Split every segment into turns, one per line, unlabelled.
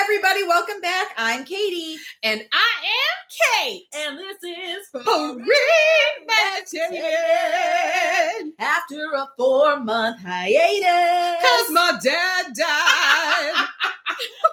everybody. Welcome back. I'm Katie.
And I am Kate. And this is
Reimagined. After a four month hiatus.
Because my dad died.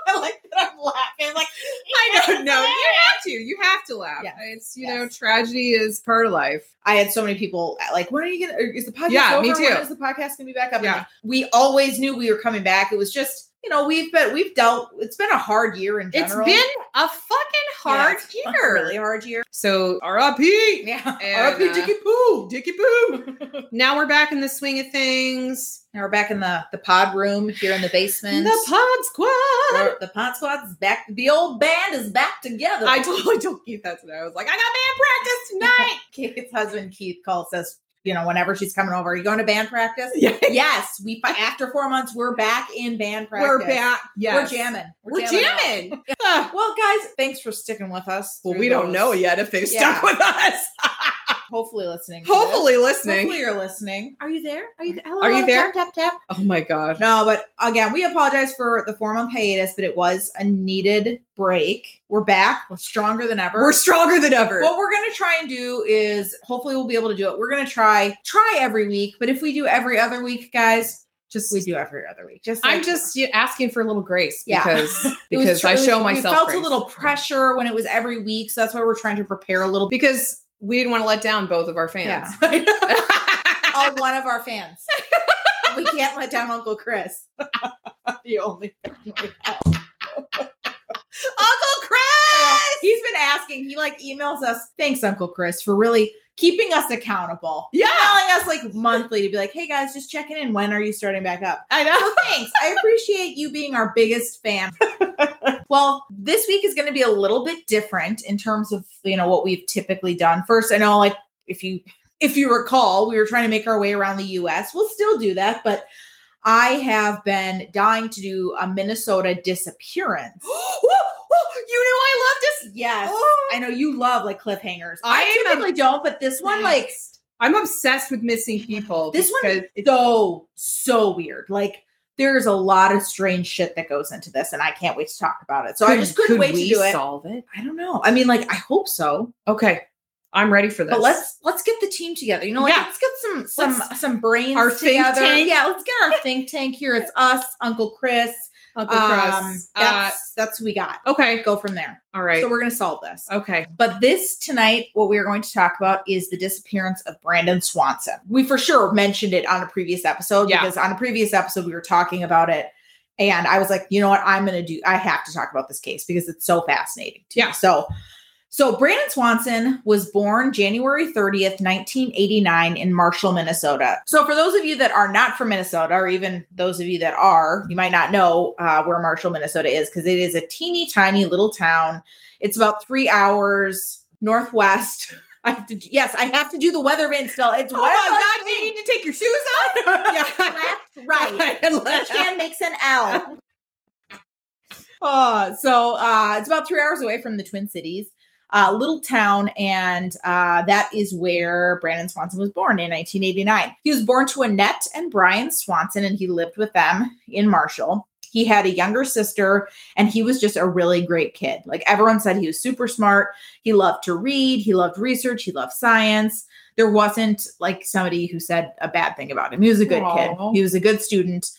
I like that I'm laughing. Like,
I don't know. You have to. You have to laugh.
Yes.
It's, you
Yes.
know, tragedy is part of life.
I had so many people like, when are you gonna? Is the podcast
Yeah,
over?
me
When
too.
is the podcast gonna be back up?
Yeah.
And We always knew we were coming back. It was just, you know, we've been we've dealt. It's been a hard year in general.
It's been a fucking hard
a
year.
really hard year.
So RIP.
Yeah.
And,
RIP
uh,
Dickie Poo.
Dickie Boo. now we're back in the swing of things.
Now we're back in the the pod room here in the basement.
The pod squad.
We're- the pod squad's back. The old band is back together.
I totally don't get that today. I was like, I got band practice tonight.
Kate's husband Keith calls us. You know, whenever she's coming over, are you going to band practice?
Yeah.
yes, we. After four months, we're back in band practice.
We're back. Yes.
We're jamming.
We're
out.
jamming. Ah.
Well, guys, thanks for sticking with us.
Well,
through
we don't
those-
know yet if they've
Yeah.
stuck with us.
Hopefully, listening. to this.
Hopefully, listening.
hopefully you're listening. Are you there? Are you? Hello,
Are you there?
Tap, tap, tap.
Oh my god.
No, but again, we apologize for the four month hiatus, but it was a needed break. We're back. We're stronger than ever.
We're stronger than ever.
What we're gonna try and do is hopefully we'll be able to do it. We're gonna try try every week, but if we do every other week, guys, just we do every other week. Just
I'm
like-
just you know, asking for a little grace
Yeah.
because
it was
because
tr-
I
it was-
show
We
myself
felt a
grace.
little pressure when it was every week, so that's why we're trying to prepare a little bit.
because we didn't want to let down both of our fans.
Oh, one of our fans. we can't let down Uncle Chris. the only
Uncle Chris.
he's been asking. He like emails us. Thanks, Uncle Chris, for really keeping us accountable.
Yeah,
telling us like monthly to be like, hey guys, just checking in. When are you starting back up?
I know.
Well, thanks. I appreciate you being our biggest fan. well, this week is going to be a little bit different in terms of you know what we've typically done. First, I know like if you if you recall, we were trying to make our way around the U.S. We'll still do that, but I have been dying to do a Minnesota disappearance.
Woo, woo, you knew I loved this.
Yes.
Oh.
I know you love like cliffhangers. I,
I am a-
typically don't, but this one like
I'm obsessed with missing people.
This one
because
it's so so weird. Like there's a lot of strange shit that goes into this, and I can't wait to talk about it. So I
could-
just couldn't
could
wait to
we
do it.
Solve it.
I don't know. I mean, like I hope so,
Okay, I'm ready for this.
but let's let's get the team together. You know, like
Yeah.
let's get some some
Let's-
some brains
Our think
together.
tank.
Yeah, let's get our think tank here. It's us, Uncle Chris.
Uncle
Um,
Chris. Uh,
that's that's what we got.
okay.
Go from there.
All right.
So we're gonna solve this.
okay.
But this tonight, what we are going to talk about is the disappearance of Brandon Swanson. We for sure mentioned it on a previous episode
Yeah.
because on a previous episode we were talking about it. And I was like, you know what? I'm gonna do I have to talk about this case because it's so fascinating. to me.
Yeah.
So so Brandon Swanson was born January 30th, 1989 in Marshall, Minnesota. So for those of you that are not from Minnesota or even those of you that are, you might not know uh, where Marshall, Minnesota is because it is a teeny tiny little town. It's about 3 hours northwest. I have to do- yes, I have to do the weather van still. It's
Oh
weather-
my god, do you need to take your shoes off? yeah.
left, right.
And
Each
let-
hand makes an L. Oh, so uh, it's about three hours away from the Twin Cities, uh, little town, and uh, that is where Brandon Swanson was born in 1989. He was born to Annette and Brian Swanson, and he lived with them in Marshall. He had a younger sister, and he was just a really great kid. Like everyone said, he was super smart. He loved to read, he loved research, he loved science. There wasn't like somebody who said a bad thing about him. He was a good
Aw.
kid, he was a good student.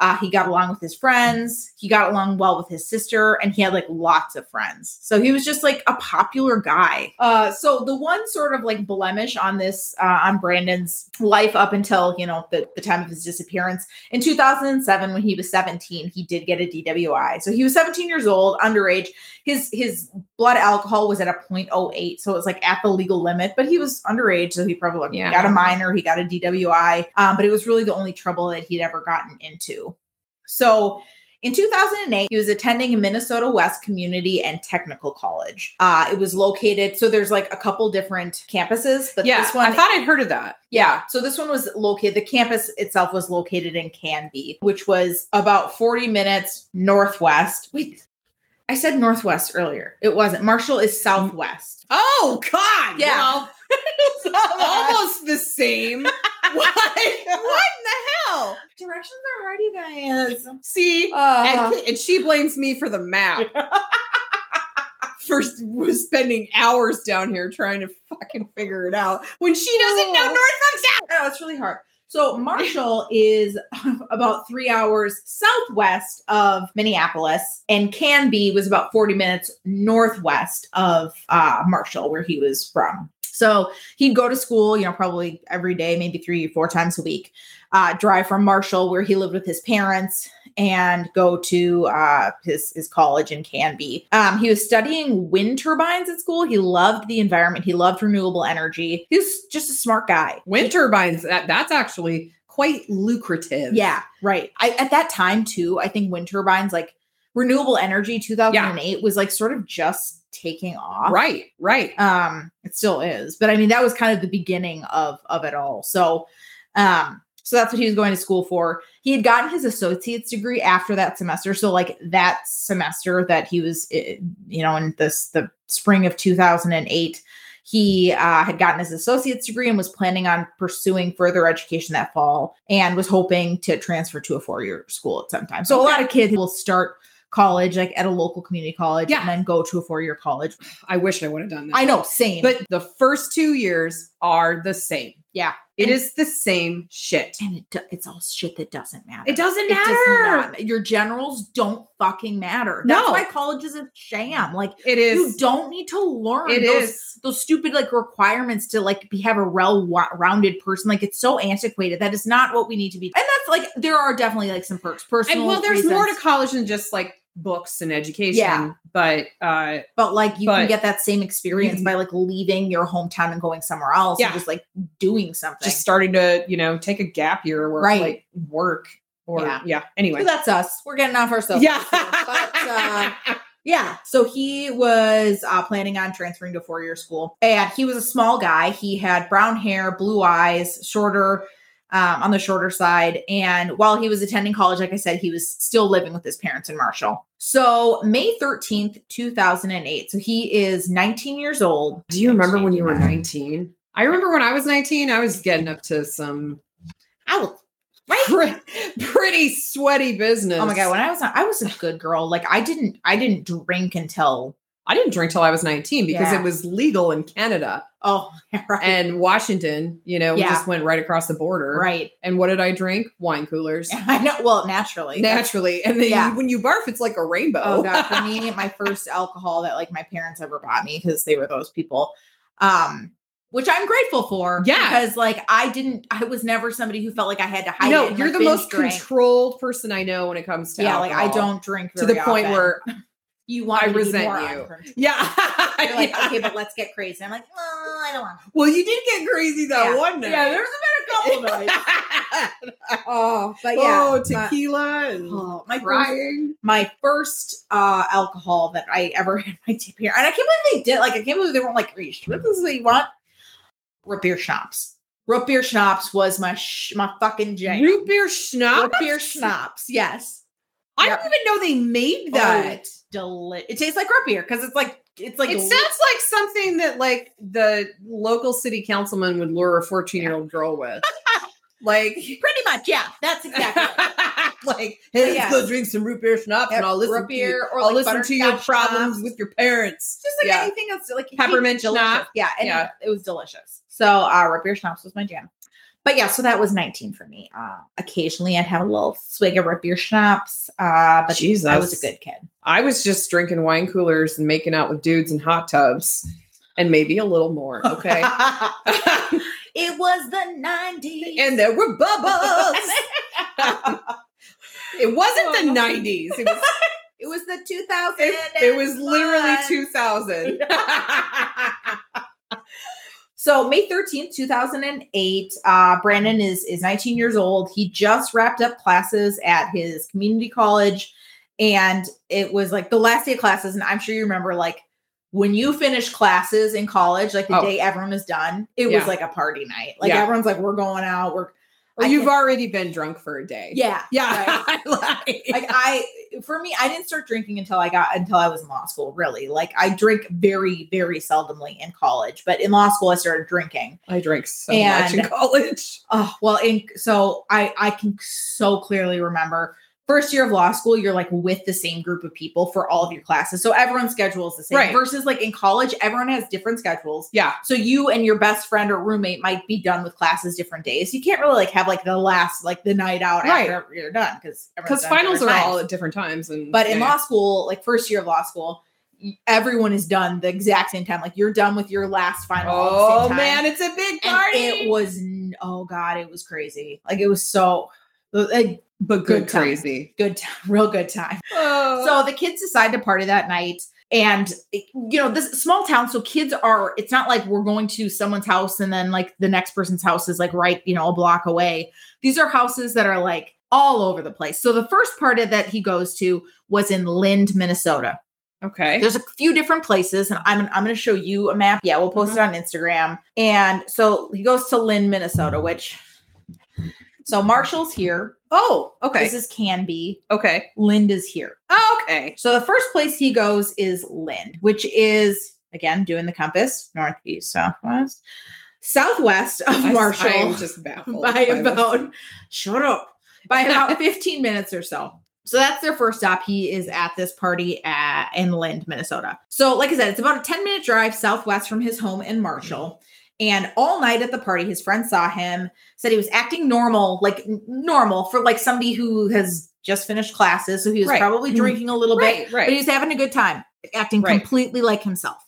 Uh, he got along with his friends. He got along well with his sister, and he had like lots of friends. So he was just like a popular guy. Uh, so the one sort of like blemish on this uh, on Brandon's life up until you know the, the time of his disappearance in 2007 when he was 17, he did get a DWI. So he was 17 years old, underage. His his blood alcohol was at a 0.08, so it was like at the legal limit, but he was underage, so he probably
Yeah.
got a minor, he got a DWI, um, but it was really the only trouble that he'd ever gotten into. So in 2008, he was attending Minnesota West Community and Technical College. Uh, it was located, so there's like a couple different campuses, but
yeah,
this one
I thought I'd heard of that.
yeah. So this one was located, the campus itself was located in Canby, which was about 40 minutes northwest. Wait, I said northwest earlier. It wasn't. Marshall is southwest.
Oh God!
Yeah. uh,
Well, Almost the same. what?
what in the
oh.
hell? Directions are hard, you guys.
See?
Uh,
and, and she blames me for the map. For s- was spending hours down here trying to fucking figure it out when she doesn't know
Oh.
north from south.
oh, it's really hard. So Marshall is about three hours southwest of Minneapolis, and Canby was about 40 minutes northwest of uh, Marshall, where he was from. So he'd go to school, you know, probably every day, maybe three or four times a week, uh, drive from Marshall, where he lived with his parents, and go to uh, his his college in Canby. Um, he was studying wind turbines at school. He loved the environment. He loved renewable energy. He was just a smart guy.
Wind turbines, that, that's actually quite lucrative.
Yeah, right. I, at that time too, I think wind turbines, like renewable energy, 2008 was like sort of just taking off.
Right, right.
Um, it still is, but I mean that was kind of the beginning of of it all. So, um, so that's what he was going to school for. He had gotten his associate's degree after that semester. So like that semester that he was, eh, you know, in this the spring of 2008. He uh, had gotten his associate's degree and was planning on pursuing further education that fall and was hoping to transfer to a four year school at some time. So, a lot of kids will start college like at a local community college
Yeah.
and then go to a four year college.
I wish I would have done that.
I know, same.
But the first two years are the same.
Yeah.
it
And-
is the same shit.
and it, do- it's all shit that doesn't matter.
It doesn't
It does
matter.
not- Your generals don't fucking matter. That's
No.
why college is a sham. Like
It
you
is.
don't need to learn.
It
those,
is.
those stupid like requirements to like be have a well-rounded person. Like it's so antiquated. That is not what we need to be. And that's like there are definitely like some perks. Personal.
And well, there's more to
reasons,
college than just like books and education.
Yeah.
But uh
but like you
but-
can get that same experience
Mhm.
by like leaving your hometown and going somewhere else.
Yeah.
and just like doing something.
just starting to, you know, take a gap year where
Right.
like work or yeah.
Yeah.
Anyway.
so that's us. We're getting off ourselves.
yeah.
But, uh, Yeah. So he was uh, planning on transferring to four year school. And he was a small guy. He had brown hair, blue eyes, shorter, um, on the shorter side. And while he was attending college, like I said, he was still living with his parents in Marshall. So May 13th, 2008. So he is 19 years old.
Do you remember when you were 19? I remember when I was 19, I was getting up to some
Out.
pre- pretty sweaty business.
Oh my God. When I was, I was a good girl. Like I didn't, I didn't drink until,
I didn't drink till I was 19 because
Yeah.
it was legal in Canada
oh, right.
and Washington, you know, we
Yeah.
just went right across the border.
Right.
And what did I drink? Wine coolers.
I know. Well, naturally.
Naturally. And then
Yeah.
you- when you barf, it's like a rainbow.
Oh god, for me, my first alcohol that like my parents ever bought me because they were those people. Um which I'm grateful for.
Yeah.
Because like I didn't I was never somebody who felt like I had to hide.
no,
it and,
you're
like,
the
binge
most
drink.
controlled person I know when it comes to
Yeah, like I
alcohol.
don't drink
to
very
the point
often.
where
you want
I
me to be
resent
more
you.
uncontrolled.
yeah,
You're like,
Yeah.
okay, but let's get crazy. I'm like, well, I don't want to.
Well, you did get crazy that
Yeah.
one night.
Yeah, there's a better couple nights. oh, but yeah.
oh,
but-
tequila and
oh, my first
crying.
my first uh alcohol that I ever had my tip here. And I can't believe they did. Like, I can't believe they weren't like, Are you sure this is what you want? Root beer schnapps. Root beer schnapps was my sh- my fucking jam.
Root beer schnapps.
Root beer schnapps. Yes.
I
Yep.
don't even know they made
Oh,
that.
it's deli- it tastes like root beer because it's like, it's like,
it sounds like something that like the local city councilman would lure a 14 year old girl with. like
pretty much. Yeah. That's exactly it.
like, hey,
Yeah.
let's go drink some root beer schnapps, and I'll listen
root
to you.
beer or
I'll
like
listen to your
butterscotch
problems
schnapps.
with your parents.
Just like
Yeah.
anything else, like it
Peppermint
tastes delicious.
schnapps.
Yeah, and
Yeah.
It, was delicious. So uh, root beer schnapps was my jam. But yeah, so that was 19 for me. Uh, occasionally, I'd have a little swig of root beer schnapps. Uh, but
Jesus,
I was a good kid.
I was just drinking wine coolers and making out with dudes in hot tubs, and maybe a little more. Okay,
it was the 90s.
and there were bubbles. it wasn't the
Oh.
nineties. It was,
it was the 2000s.
it, it was literally two thousand.
So May 13th, 2008, uh, Brandon is is 19 years old. He just wrapped up classes at his community college and it was like the last day of classes and I'm sure you remember like when you finish classes in college, like the
Oh.
day everyone is done, it
Yeah.
was like a party night. Like
Yeah.
everyone's like we're going out, we're
Or
I
you've
can-
already been drunk for a day.
Yeah.
Yeah.
Right.
like,
like I for me, I didn't start drinking until I got until I was in law school, really. Like I drink very, very seldomly in college, but in law school I started drinking.
I drank so much
And-
in college.
Oh well, in so I I can so clearly remember first year of law school, you're like with the same group of people for all of your classes. So everyone's schedule is the same.
Right.
Versus like in college, everyone has different schedules.
Yeah.
So you and your best friend or roommate might be done with classes different days. You can't really like have like the last like the night out
Right.
after you're done because
Because finals are all at different times. and
But in
yeah.
law school, like first year of law school, y- everyone is done the exact same time. Like you're done with your last final. at the
Oh
same time.
man, it's a big
And
party.
it was n- oh god, it was crazy. Like it was so a
but
good
good
time.
crazy.
good, time, real good time.
Oh.
So the kids decide to party that night. And eh, you know, this small town, so kids are it's not like we're going to someone's house and then like the next person's house is like right, you know, a block away. These are houses that are like all over the place. So the first party that he goes to was in Lind, Minnesota.
okay.
There's a few different places, and I'm I'm going to show you a map. Yeah, we'll post
Mm-hmm.
it on Instagram. And so he goes to Lynn, Minnesota, which so Marshall's here.
Oh, okay.
This is Canby.
Okay.
Lind is here.
Oh, okay.
So the first place he goes is Lind, which is again doing the compass, northeast, southwest, southwest of
I-
Marshall
I am just baffled.
by
this.
about shut up by about 15 minutes or so so that's their first stop he is at this party at in lind minnesota so like i said it's about a 10 minute drive southwest from his home in marshall and all night at the party his friend saw him said he was acting normal like n- normal for like somebody who has just finished classes so he was
Right.
probably
Mhm.
drinking a little bit
Right,
but he
right,
was having a good time acting
Right.
completely like himself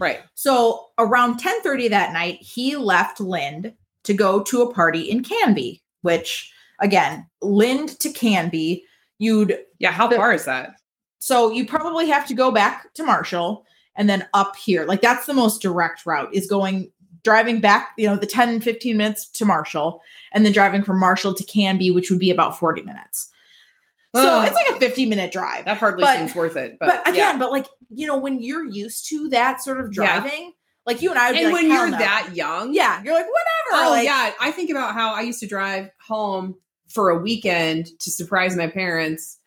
right.
so around 10:30 that night, he left Lind to go to a party in Canby, which again, Lind to Canby, you'd
Yeah, how
The-
far is that?
so you probably have to go back to Marshall and then up here. Like that's the most direct route is going driving back, you know, the 10 15 minutes to Marshall and then driving from Marshall to Canby, which would be about 40 minutes. So
Ugh.
it's like a 50 minute drive.
that hardly
but-
seems worth it.
But
But,
again,
yeah.
but like, you know, when you're used to that sort of
Yeah.
driving, like you and I would be
and
like,
when
"Hell
you're
no."
that young,
Yeah, you're like whatever.
Oh
like,
yeah, I think about how I used to drive home for a weekend to surprise my parents.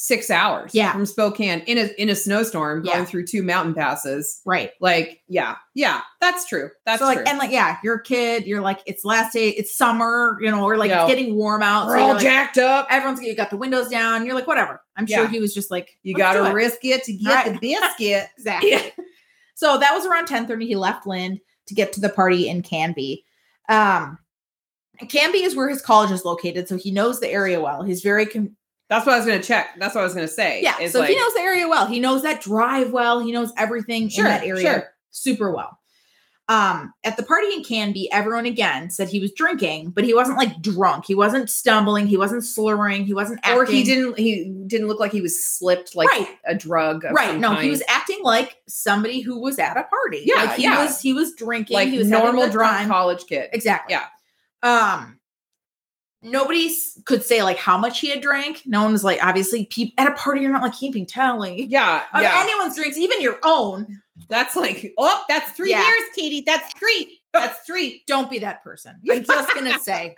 Six hours,
Yeah.
from Spokane in a in a snowstorm, going
Yeah.
through two mountain passes.
right.
Like, yeah, yeah, that's true. That's
so like,
true.
and like, yeah, you're a kid. You're like, it's last day. It's summer. You know, or like
Yeah.
it's getting warm out.
we're
So you're
all
like,
jacked up.
everyone's you got the windows down. You're like, whatever. I'm sure
Yeah.
he was just like,
You
"Let's
got
do
to
it."
risk it to get the biscuit.
exactly.
Yeah.
So that was around 10:30. He left Lynn to get to the party in Canby. Um, and Canby is where his college is located, so he knows the area well. He's very com-
That's what I was gonna check. That's what I was gonna say.
yeah.
is
So
like,
he knows the area well. He knows that drive well. He knows everything
sure,
in that area.
sure.
super well. Um, at the party in Canby, everyone again said he was drinking, but he wasn't like drunk. He wasn't stumbling. He wasn't slurring. He wasn't acting.
Or he didn't. He didn't look like he was slipped like
right,
a drug. Of
right.
some
No, he
kind.
was acting like somebody who was at a party.
Yeah,
like he
yeah.
was. He was drinking.
like
he was having a
normal
good
drunk
time.
college kid.
Exactly.
Yeah.
Um. Nobody s- could say like how much he had drank. No one was like obviously peop- at a party. You're not like keeping tally
Yeah,
of
yeah.
anyone's drinks, even your own.
That's like, oh, that's three
Yeah.
years, Katie. That's three. That's three.
Don't be that person. I'm just gonna say,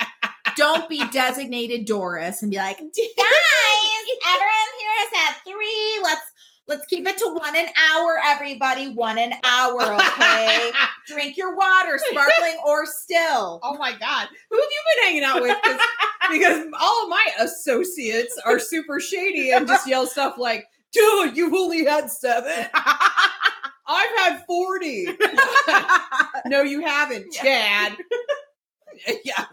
don't be designated Doris and be like, guys, everyone here is at three. Let's let's keep it to one an hour, everybody. One an hour, okay? Drink your water, sparkling or still.
oh my God. Who have you been hanging out with? 'Cause- Because all of my associates are super shady and just yell stuff like, dude, you've only had seven. I've had 40. no, you haven't, Chad. yeah.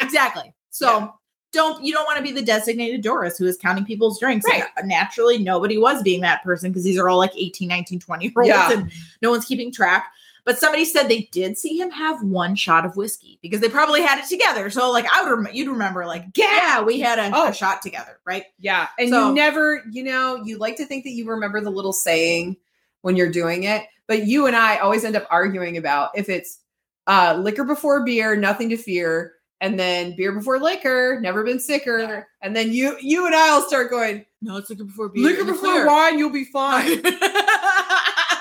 exactly. So don't you don't want to be the designated Doris who is counting people's drinks. And naturally, nobody was being that person because these are all like 18, 19, 20 year olds
Yeah.
and no one's keeping track. But somebody said they did see him have one shot of whiskey because they probably had it together. So like I would rem- you'd remember like yeah we had a,
Oh.
a shot together right
Yeah. And
So-
you never, you know, you like to think that you remember the little saying when you're doing it, but you and I always end up arguing about if it's uh, liquor before beer, nothing to fear, and then beer before liquor, never been sicker. And then you you and I'll start going,
no it's liquor before
liquor before wine, you'll be fine. liquor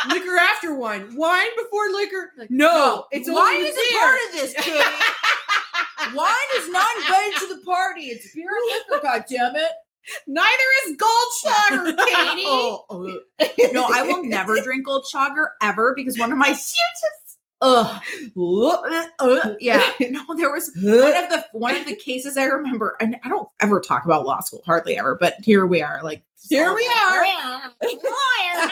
liquor after wine. Wine before liquor.
Like,
no, it's only
wine is a
beer.
part of this, Katie. wine is not invited to the party. It's beer and liquor, goddammit.
Neither is Goldschlager, Katie.
Oh, oh. No, I will never drink Goldschlager ever because one of my Ugh. Ugh. Ugh. Uh, Yeah. No, there was one of the one of the cases I remember, and I don't ever talk about law school, hardly ever, but here we are. Like
Here we are.
are.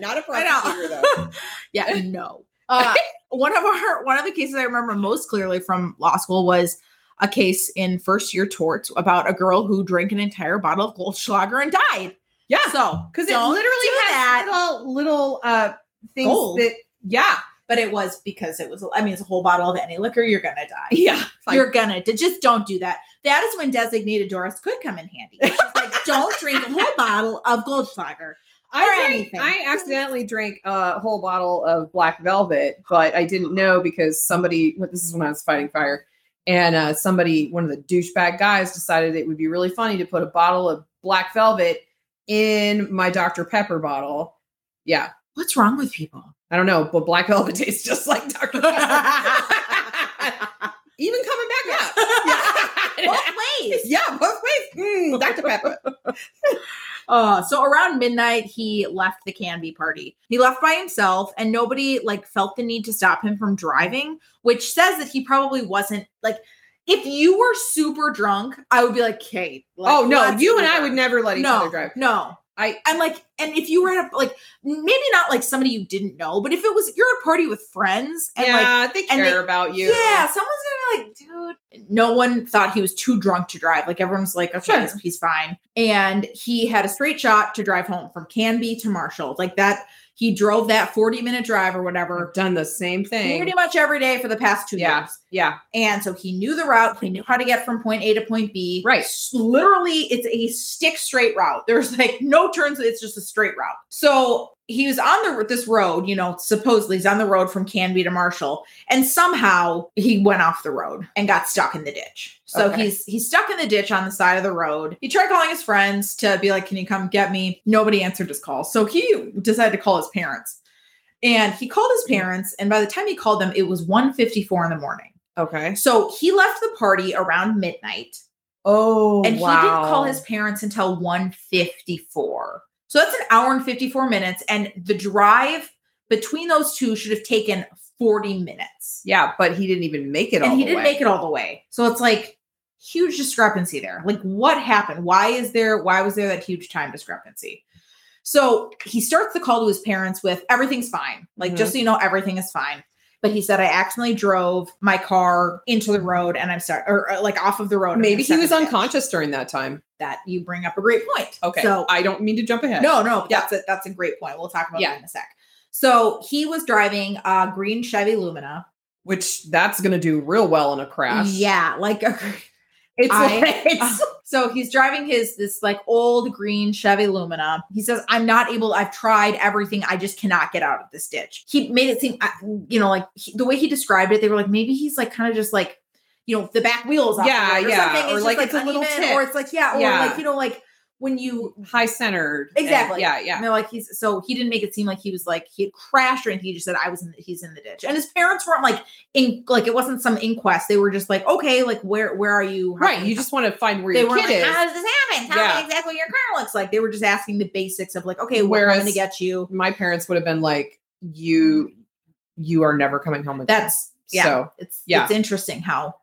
Not a
I know.
prosecutor though.
yeah, no. Uh, one of our one of the cases I remember most clearly from law school was a case in first year torts about a girl who drank an entire bottle of Goldschlager and died.
Yeah,
So
because it
Ah, don't
literally
do
has
that.
little little uh things
Gold.
that yeah
But it was because it was. I mean, it's a whole bottle of any liquor. You're gonna die.
yeah. It's like,
You're gonna d- just don't do that. That is when designated Doris could come in handy. She's like, don't drink a whole bottle of Goldschlager.
I
or
drank-
anything.
I accidentally drank a whole bottle of black velvet, but I didn't know because somebody. This is when I was fighting fire, and uh, somebody, one of the douchebag guys, decided it would be really funny to put a bottle of black velvet in my Dr Pepper bottle. Yeah,
What's wrong with people?
I don't know, but black velvet tastes just like Dr Pepper. Even coming back up. Yeah.
Both ways.
Yeah, both ways. Mm, Dr. Pepper.
Uh, so around midnight, he left the Canby party. He left by himself, and nobody like felt the need to stop him from driving, which says that he probably wasn't like. If you were super drunk, I would be like, "Kate, like,
oh no,
let's
you and I
Uber."
would never let each
no,
other drive.
No,
I-
I'm like, and if you were at a, like maybe not like somebody you didn't know, but if it was you're at a party with friends and like
yeah, they
and
care about you.
Yeah, someone's gonna be like, dude. No one thought he was too drunk to drive. Like everyone's like, okay,
Sure.
he's, he's fine. And he had a straight shot to drive home from Canby to Marshall. Like that, he drove that 40 minute drive or
We've
whatever
done the same
pretty
thing.
much every day for the past two
Yeah.
years.
Yeah.
And so he knew the route. He knew how to get from point A to point B.
Right.
S- Literally, it's a stick straight route. There's like no turns. It's just a straight route. So he was on the this road, you know, supposedly he's on the road from Canby to Marshall, and somehow he went off the road and got stuck in the ditch. So
Okay.
he's he's stuck in the ditch on the side of the road. He tried calling his friends to be like, "Can you come get me?" Nobody answered his call. So he decided to call his parents. And he called his
Mm-hmm.
parents, and by the time he called them, it was 1:54 in the morning.
Okay.
So he left the party around midnight
Oh,
and
wow.
he didn't call his parents until 154. So that's an hour and 54 minutes. And the drive between those two should have taken 40 minutes.
Yeah, but he didn't even make it.
And
all
he
the
didn't
way.
make it all the way. So it's like huge discrepancy there. Like what happened? Why is there why was there that huge time discrepancy? So he starts the call to his parents with everything's fine. Like
Mhm.
just so you know everything is fine. But he said I accidentally drove my car into the road and I'm sorry or uh, like off of the road. and
Maybe
I'm
he
stuck
was
in the ditch."
unconscious during that time.
that you bring up a great point.
Okay.
So
I don't mean to jump ahead.
no, no,
Yeah.
that's a that's a great point. We'll talk about
Yeah.
that in a sec. So he was driving a green Chevy Lumina.
Which that's gonna do real well in a crash.
Yeah, like a,
It's
I-
like it's,
so he's driving his this like old green Chevy Lumina. He says, "I'm not able. I've tried everything. I just cannot get out of this ditch." He made it seem, I- you know, like he, the way he described it, they were like, maybe he's like kind of just like, you know, the back wheels, off the
Yeah,
road or
yeah,
something.
or,
just,
like, it's a little
uneven,
tip.
or it's like yeah, or
Yeah.
like you know, like when you
high centered.
Exactly.
yeah, yeah.
And they're like, he's so he didn't make it seem like he was like he had crashed or anything. He just said I was in the, he's in the ditch, and his parents weren't like in like it wasn't some inquest. They were just like, okay, like where where are you? How
Right.
can-
You just want to find where
they
your
were
kid
like,
is.
how does this happen? Tell
Yeah.
me exactly what your car looks like. They were just asking the basics of like, okay, where I'm
Whereas-
going to get you.
my parents would have been like, "You, you are never coming home again."
Mm-hmm. That's yeah.
So
it's
yeah.
it's interesting how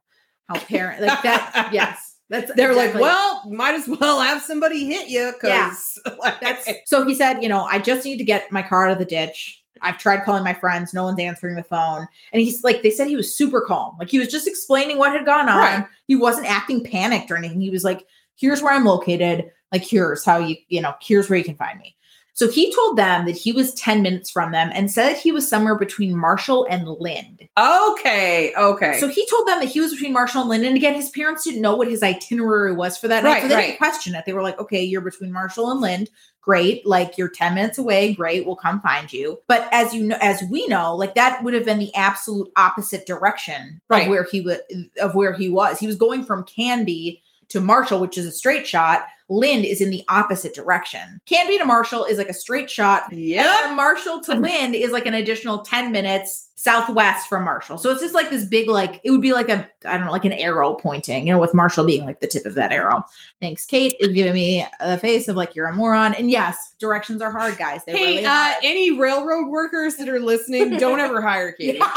how parent like that. yes, that's
they're
exactly-
like, "Well, might as well have somebody hit you because
That's so he said, you know, I just need to get my car out of the ditch. I've tried calling my friends, no one's answering the phone. And he's like, they said he was super calm. Like he was just explaining what had gone on.
Right.
He wasn't acting panicked or anything. He was like, here's where I'm located. Like, here's how you, you know, here's where you can find me. So he told them that he was 10 minutes from them and said that he was somewhere between Marshall and Lind.
okay, okay,
So he told them that he was between Marshall and Lind. And again, his parents didn't know what his itinerary was for that night.
Right,
So they
right.
didn't question it. They were like, okay, you're between Marshall and Lind. Great. Like you're 10 minutes away. Great. We'll come find you. But as you know, as we know, like that would have been the absolute opposite direction
Right.
of where he would of where he was. He was going from Canby to Marshall, which is a straight shot, Lynn is in the opposite direction. Canby to Marshall is like a straight shot.
Yep.
And Marshall to Lynn is like an additional 10 minutes southwest from Marshall. So it's just like this big, like, it would be like a, I don't know, like an arrow pointing, you know, with Marshall being like the tip of that arrow. Thanks, Kate, is giving me the face of like, you're a moron. And yes, directions are hard, guys. They
Hey,
really
uh, any railroad workers that are listening, don't ever hire Katie.
are.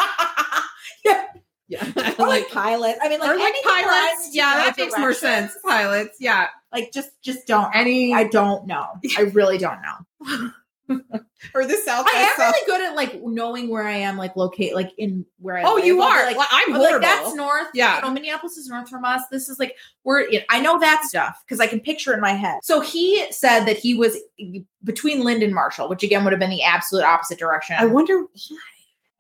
yeah.
Or
like,
pilot. I mean,
or like
anything where I
pilots.
need to
Yeah,
know
that makes more
directions.
sense. Pilots. Yeah.
Like, just, just don't.
Any
I don't know. I really don't know.
or the South
I am
by South.
really good at like knowing where I am, like locate, like in where I.
Oh,
live.
you
I'll be
are.
Like,
Well, I'm
I'm like,
horrible.
that's north.
Yeah.
You know, Minneapolis is north from us. This is like we're. In, I know that stuff because I can picture it in my head. So he said that he was between Lind and Marshall, which again would have been the absolute opposite direction.
I wonder.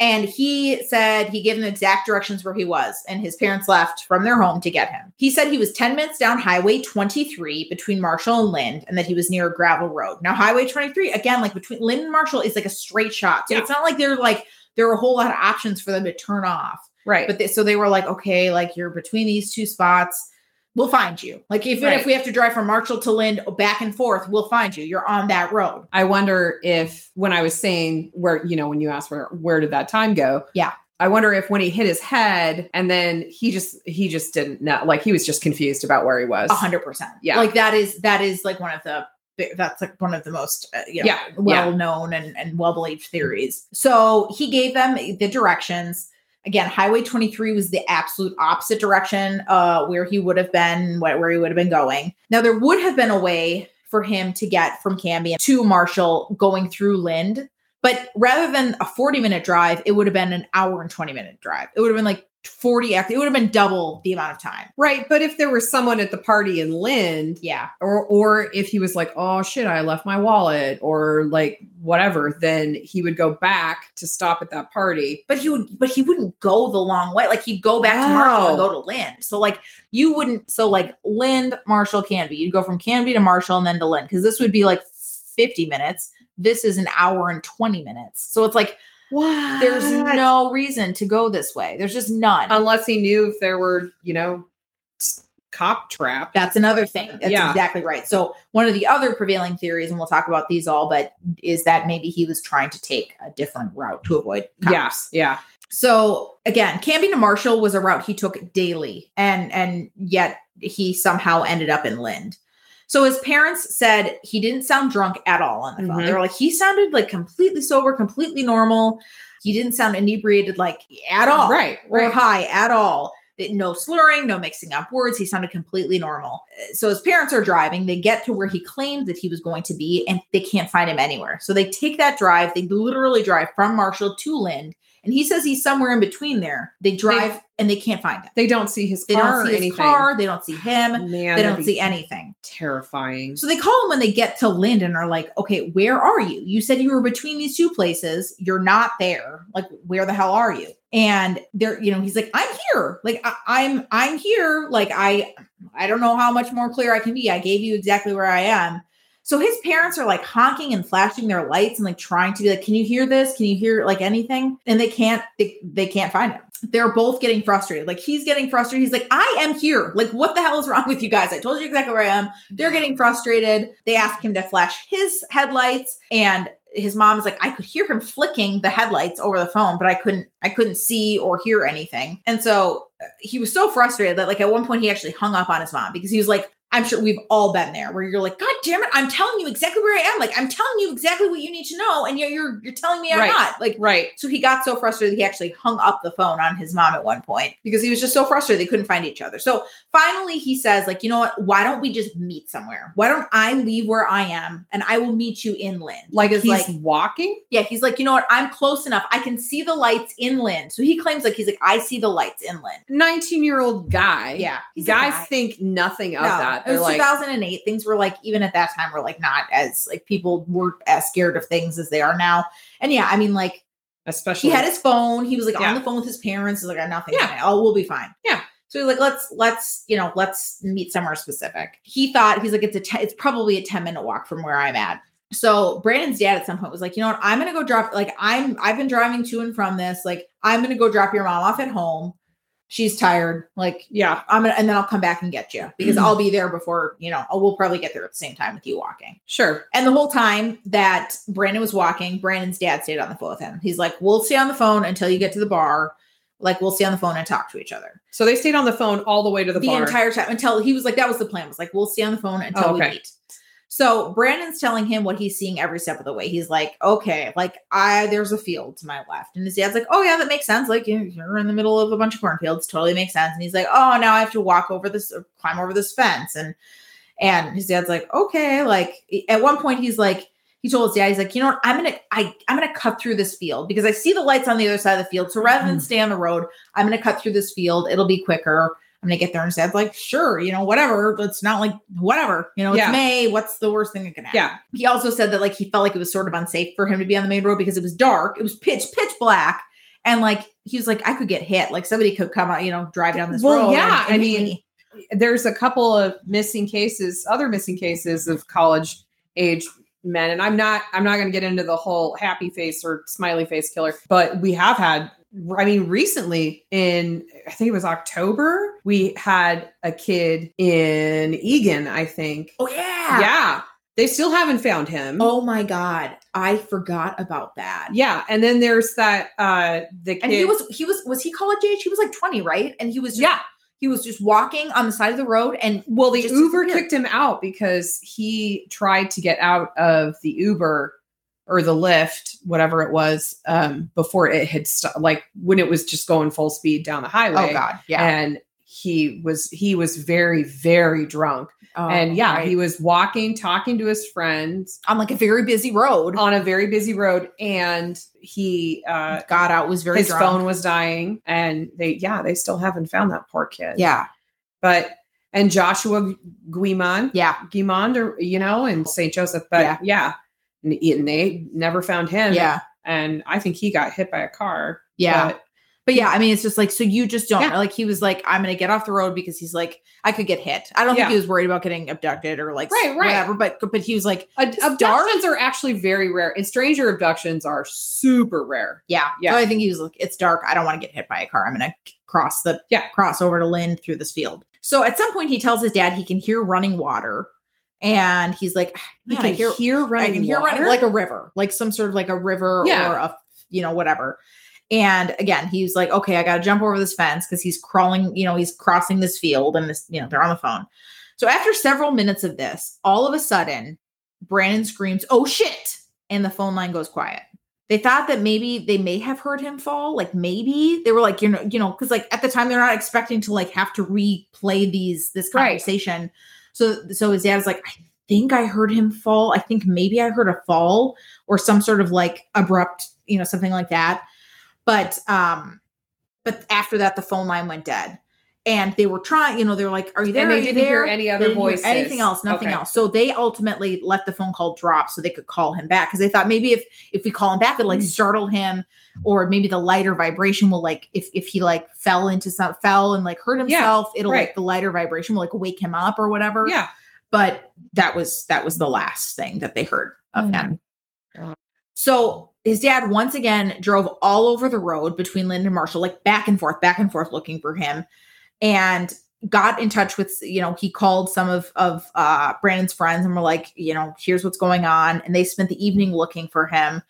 And he said he gave them exact directions where he was, and his parents left from their home to get him. He said he was 10 minutes down Highway 23 between Marshall and Lind, and that he was near a gravel road. Now, Highway 23, again, like between Lind and Marshall, is like a straight shot. So
Yeah.
it's not like they're like, there are a whole lot of options for them to turn off.
Right.
But they, so they were like, okay, like you're between these two spots. We'll find you. Like even
Right.
if we have to drive from Marshall to Lind back and forth, we'll find you. You're on that road.
I wonder if when I was saying where, you know, when you asked where where did that time go?
Yeah.
I wonder if when he hit his head and then he just he just didn't know. Like he was just confused about where he was.
A hundred percent.
Yeah.
like that is that is like one of the that's like one of the most uh, you know,
Yeah,
well known and and well believed theories. So he gave them the directions. Again, Highway 23 was the absolute opposite direction uh, where he would have been, wh- where he would have been going. Now there would have been a way for him to get from Cambion to Marshall going through Lind, but rather than a 40 minute drive, it would have been an hour and 20 minute drive. It would have been like 40 It would have been double the amount of time.
Right. But if there was someone at the party in Lind,
Yeah.
or or if he was like, oh shit, I left my wallet, or like whatever, then he would go back to stop at that party.
but he would but he wouldn't go the long way like he'd go back to marshall and
Wow.
go to lind so like you wouldn't so like lind marshall canby you'd go from canby to marshall and then to lind because this would be like 50 minutes this is an hour and 20 minutes so it's like
Wow.
there's no reason to go this way there's just none
unless he knew if there were, you know, s- cop trap.
That's another thing. That's
Yeah.
exactly right. So one of the other prevailing theories, and we'll talk about these all, but is that maybe he was trying to take a different route to avoid cops.
Yes. Yeah.
So again, Camby to Marshall was a route he took daily, and and yet he somehow ended up in Lind. So his parents said he didn't sound drunk at all on the phone. They were like, he sounded like completely sober, completely normal. He didn't sound inebriated like at all
Right.
or high at all. It- No slurring, no mixing up words. He sounded completely normal. Uh, So his parents are driving. They get to where he claimed that he was going to be, and they can't find him anywhere. So they take that drive. They literally drive from Marshall to Lind, and he says he's somewhere in between there. They drive and they can't find him.
They don't see his
They
car
don't
or
see his
anything.
car. They don't see him.
Man,
they
that'd
don't
be
see anything.
terrifying.
So they call him when they get to Lind and are like, okay, where are you? You said you were between these two places. You're not there. Like, where the hell are you? And they're, you know, he's like, I'm here. Like, I, I'm, I'm here. Like, I, I don't know how much more clear I can be. I gave you exactly where I am. So his parents are like honking and flashing their lights and like trying to be like, can you hear this? Can you hear like anything? And they can't, they, they can't find him. They're both getting frustrated. Like he's getting frustrated. He's like, I am here. Like, what the hell is wrong with you guys? I told you exactly where I am. They're getting frustrated. They ask him to flash his headlights and his mom is like, I could hear him flicking the headlights over the phone, but I couldn't, I couldn't see or hear anything. And so uh, he was so frustrated that like at one point he actually hung up on his mom because he was like, I'm sure we've all been there where you're like, God damn it, I'm telling you exactly where I am. Like I'm telling you exactly what you need to know. And yet you're you're telling me I'm
Right.
not. Like
right.
so he got so frustrated he actually hung up the phone on his mom at one point because he was just so frustrated they couldn't find each other. So finally he says like, "You know what? Why don't we just meet somewhere? Why don't I leave where I am and I will meet you inland?"
Like
Because,
he's walking.
yeah, he's like, "You know what? I'm close enough. I can see the lights inland." So he claims like he's like, "I see the lights inland."
19 year old guy.
Yeah. He's a
Guys
guy.
think nothing of
No,
that.
It
They're
was
like,
2008. Things were like, even at that time, were like not as, like, people weren't as scared of things as they are now. And yeah, I mean, like, he
especially
had his phone. He was like
Yeah.
on the phone with his parents. He's like, I'm nothing.
Yeah.
tonight. Oh, we'll be fine.
Yeah.
So he's like, let's let's you know let's meet somewhere specific. He thought he's like it's a te- it's probably a ten minute walk from where I'm at. So Brandon's dad at some point was like, you know what, I'm gonna go drop like I'm I've been driving to and from this like I'm gonna go drop your mom off at home. she's tired. Like, yeah, I'm gonna, and then I'll come back and get you because
Mm-hmm.
I'll be there before, you know, oh, we'll probably get there at the same time with you walking.
Sure.
And the whole time that Brandon was walking, Brandon's dad stayed on the phone with him. He's like, we'll stay on the phone until you get to the bar. Like, we'll stay on the phone and talk to each other
So they stayed on the phone all the way to the,
the,
bar.
entire time until he was like, that was the plan. Was like, we'll stay on the phone until
Oh,
we
okay.
meet. So Brandon's telling him what he's seeing every step of the way. He's like, okay, like I there's a field to my left. And his dad's like, oh yeah, that makes sense. Like you- you're in the middle of a bunch of cornfields, totally makes sense. And he's like, oh, now I have to walk over this, or climb over this fence. And and his dad's like, okay, like at one point he's like, he told his dad, he's like, you know what, I'm gonna I I'm gonna cut through this field because I see the lights on the other side of the field. So rather than
Mhm.
stay on the road, I'm gonna cut through this field. It'll be quicker. I'm gonna get there and said, like, sure, you know, whatever. It's not like whatever, you know, it's
Yeah.
May. What's the worst thing that can happen?
Yeah.
He also said that like he felt like it was sort of unsafe for him to be on the main road because it was dark, it was pitch, pitch black. And like he was like, I could get hit. Like somebody could come out, you know, drive down this
Well,
road.
yeah,
and- and
I
be-
mean- There's a couple of missing cases, other missing cases of college age men. And I'm not I'm not gonna get into the whole happy face or smiley face killer, but we have had I mean, recently in I think it was October, we had a kid in Egan, I think.
oh yeah.
Yeah. They still haven't found him.
Oh my God. I forgot about that.
Yeah, and then there's that uh the kid.
And he was he was was he college age? He was like 20, right? And he was just,
yeah.
he was just walking on the side of the road and
Well, the
just
Uber
disappeared.
kicked him out because he tried to get out of the Uber or the Lyft, whatever it was, um, before it had st- like when it was just going full speed down the highway.
oh God. Yeah.
And he was he was very very drunk,
Oh,
and yeah,
right.
he was walking, talking to his friends
on like a very busy road.
on a very busy road, and he uh,
got out was very
his
drunk.
phone was dying, and they yeah they still haven't found that poor kid.
Yeah.
but and Joshua Guimond,
Yeah.
Guimond, or you know, and St. Joseph, but
Yeah.
yeah, and, and they never found him.
Yeah.
and I think he got hit by a car.
Yeah. But,
but
yeah, I mean, it's just like, so you just don't
Yeah.
like, he was like, I'm going to get off the road because he's like, I could get hit. I don't think
Yeah.
he was worried about getting abducted or like,
Right, right.
whatever, but, but he was like,
ad- abductions are actually very rare, and stranger abductions are super rare.
yeah,
Yeah.
So I think he was like, it's dark. I don't want to get hit by a car. I'm going to cross the,
Yeah.
cross over to Lynn through this field. So at some point he tells his dad he can hear running water and he's like,
You
"Man, I
can
hear,
hear, running.
I can hear running
water.
like a river, like some sort of like a river
Yeah.
or a you know whatever. And again, he's like, okay, I got to jump over this fence because he's crawling. You know, he's crossing this field, and this you know they're on the phone. So after several minutes of this, all of a sudden, Brandon screams, "Oh shit!" and the phone line goes quiet. They thought that maybe they may have heard him fall, like maybe they were like, you know, you know, because like at the time they're not expecting to like have to replay these this
Right.
conversation. So so his dad's like, I think I heard him fall. I think maybe I heard a fall or some sort of like abrupt, you know, something like that. But um, but after that, the phone line went dead. And they were trying, you know, they were like, Are you there?
and they
Are you
didn't
there?
hear any other
They didn't hear
voices.
anything else, nothing
Okay.
else. So they ultimately let the phone call drop so they could call him back because they thought maybe if if we call him back, it'll like
Mm.
startle him, or maybe the lighter vibration will like if if he like fell into some fell and like hurt
Yeah,
himself, it'll like
right.
the lighter vibration will like wake him up or whatever.
Yeah,
But that was that was the last thing that they heard of
Oh my
him.
God.
So his dad once again drove all over the road between Lynn and Marshall, like back and forth, back and forth looking for him. And got in touch with you know he called some of of uh brandon's friends and were like you know here's what's going on and they spent the evening looking for him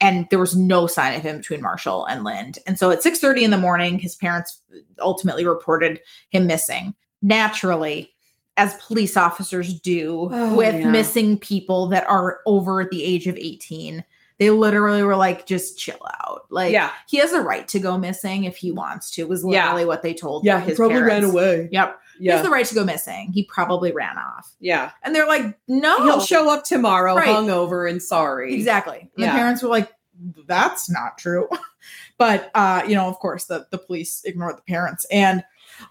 and there was no sign of him between marshall and lind and so at 6 30 in the morning his parents ultimately reported him missing naturally as police officers do
Oh,
with
yeah.
missing people that are over the age of 18 they literally were like just chill out like
yeah,
he has a right to go missing if he wants to was
Yeah.
literally what they told
yeah.
his
probably
parents.
ran away.
Yep. He has
Yeah,
the right to go missing. He probably ran off.
yeah.
And they're like, no.
He'll show up tomorrow,
Oh. Right.
hungover and sorry.
Exactly. And
Yeah.
The parents were like, that's not true. but, uh, you know, of course, the, the police ignored the parents. And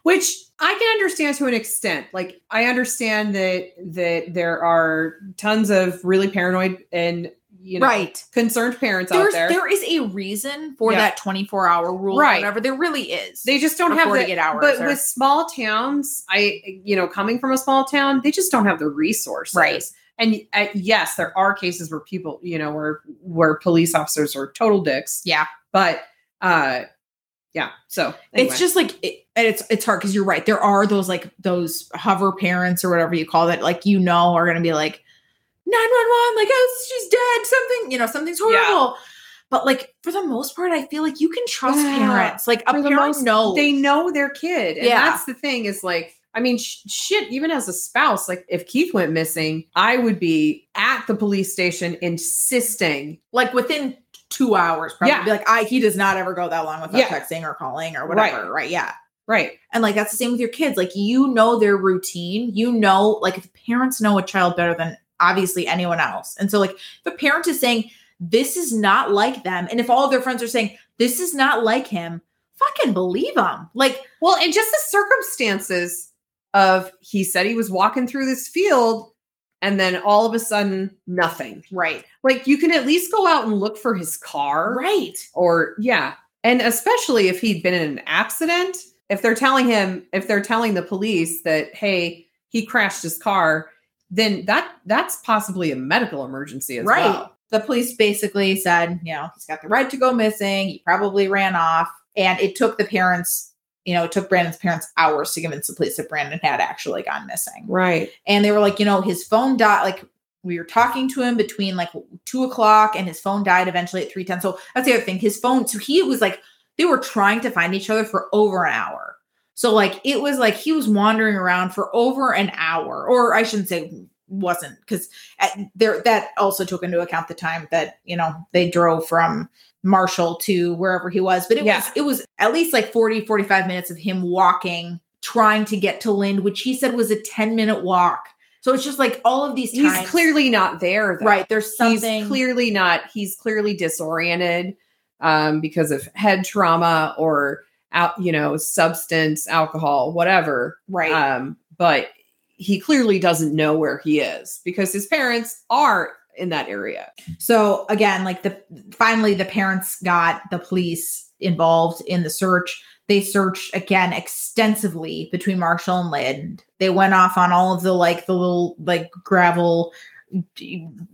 which I can understand to an extent. Like I understand that that there are tons of really paranoid and you know
right.
concerned parents
There's,
out there.
there is a reason for
Yeah.
that 24 hour rule or
Right.
whatever. There really is.
they just don't
Or
have the
48 hours
But
or-
with small towns, I you know coming from a small town, they just don't have the resources.
Right.
And uh, yes, there are cases where people you know where where police officers are total dicks.
Yeah.
But uh yeah. So
It's
anyway.
just like it, and it's it's hard because you're right. There are those like those hover parents or whatever you call it, like you know are gonna be like nine one one, like oh she's dead, something you know something's
Yeah.
horrible. But like for the most part, I feel like you can trust
Yeah.
parents. Like a
For the
parent
most-
knows.
they know their kid, and
Yeah.
that's the thing. Is like, I mean, sh- shit. Even as a spouse, like if Keith went missing, I would be at the police station insisting.
like within two hours, probably
Yeah.
be like I he does not ever go that long without
Yeah.
texting or calling or
Right.
whatever. right? Yeah.
Right.
And like that's the same with your kids. Like you know their routine. You know, like if parents know a child better than obviously anyone else. And so like if a parent is saying this is not like them, and if all of their friends are saying this is not like him, fucking believe them. Like
Well, and just the circumstances of he said he was walking through this field and then all of a sudden nothing.
right,
Like you can at least go out and look for his car
right,
or yeah. And especially if he'd been in an accident, if they're telling him if they're telling the police that hey, he crashed his car, then that that's possibly a medical emergency as
right.
well.
The police basically said, you know, he's got the right to go missing. He probably ran off, and it took the parents. You know, it took Brandon's parents hours to convince the police that Brandon had actually gone missing.
Right.
and they were like, you know, his phone died. Like we were talking to him between like two o'clock, and his phone died eventually at three ten. So that's the other thing. His phone. So he was like, they were trying to find each other for over an hour. So like it was like he was wandering around for over an hour, or I shouldn't say wasn't because there that also took into account the time that you know they drove from marshall to wherever he was but it
Yeah.
was it was at least like 40 45 minutes of him walking trying to get to lind which he said was a 10 minute walk so it's just like all of these times
He's clearly not there though.
right there's something
he's clearly not he's clearly disoriented um, because of head trauma or out you know substance alcohol whatever
right
um, but he clearly doesn't know where he is because his parents are in that area
So again, like the finally the parents got the police involved in the search. They searched again extensively between Marshall and Lind. They went off on all of the like the little like gravel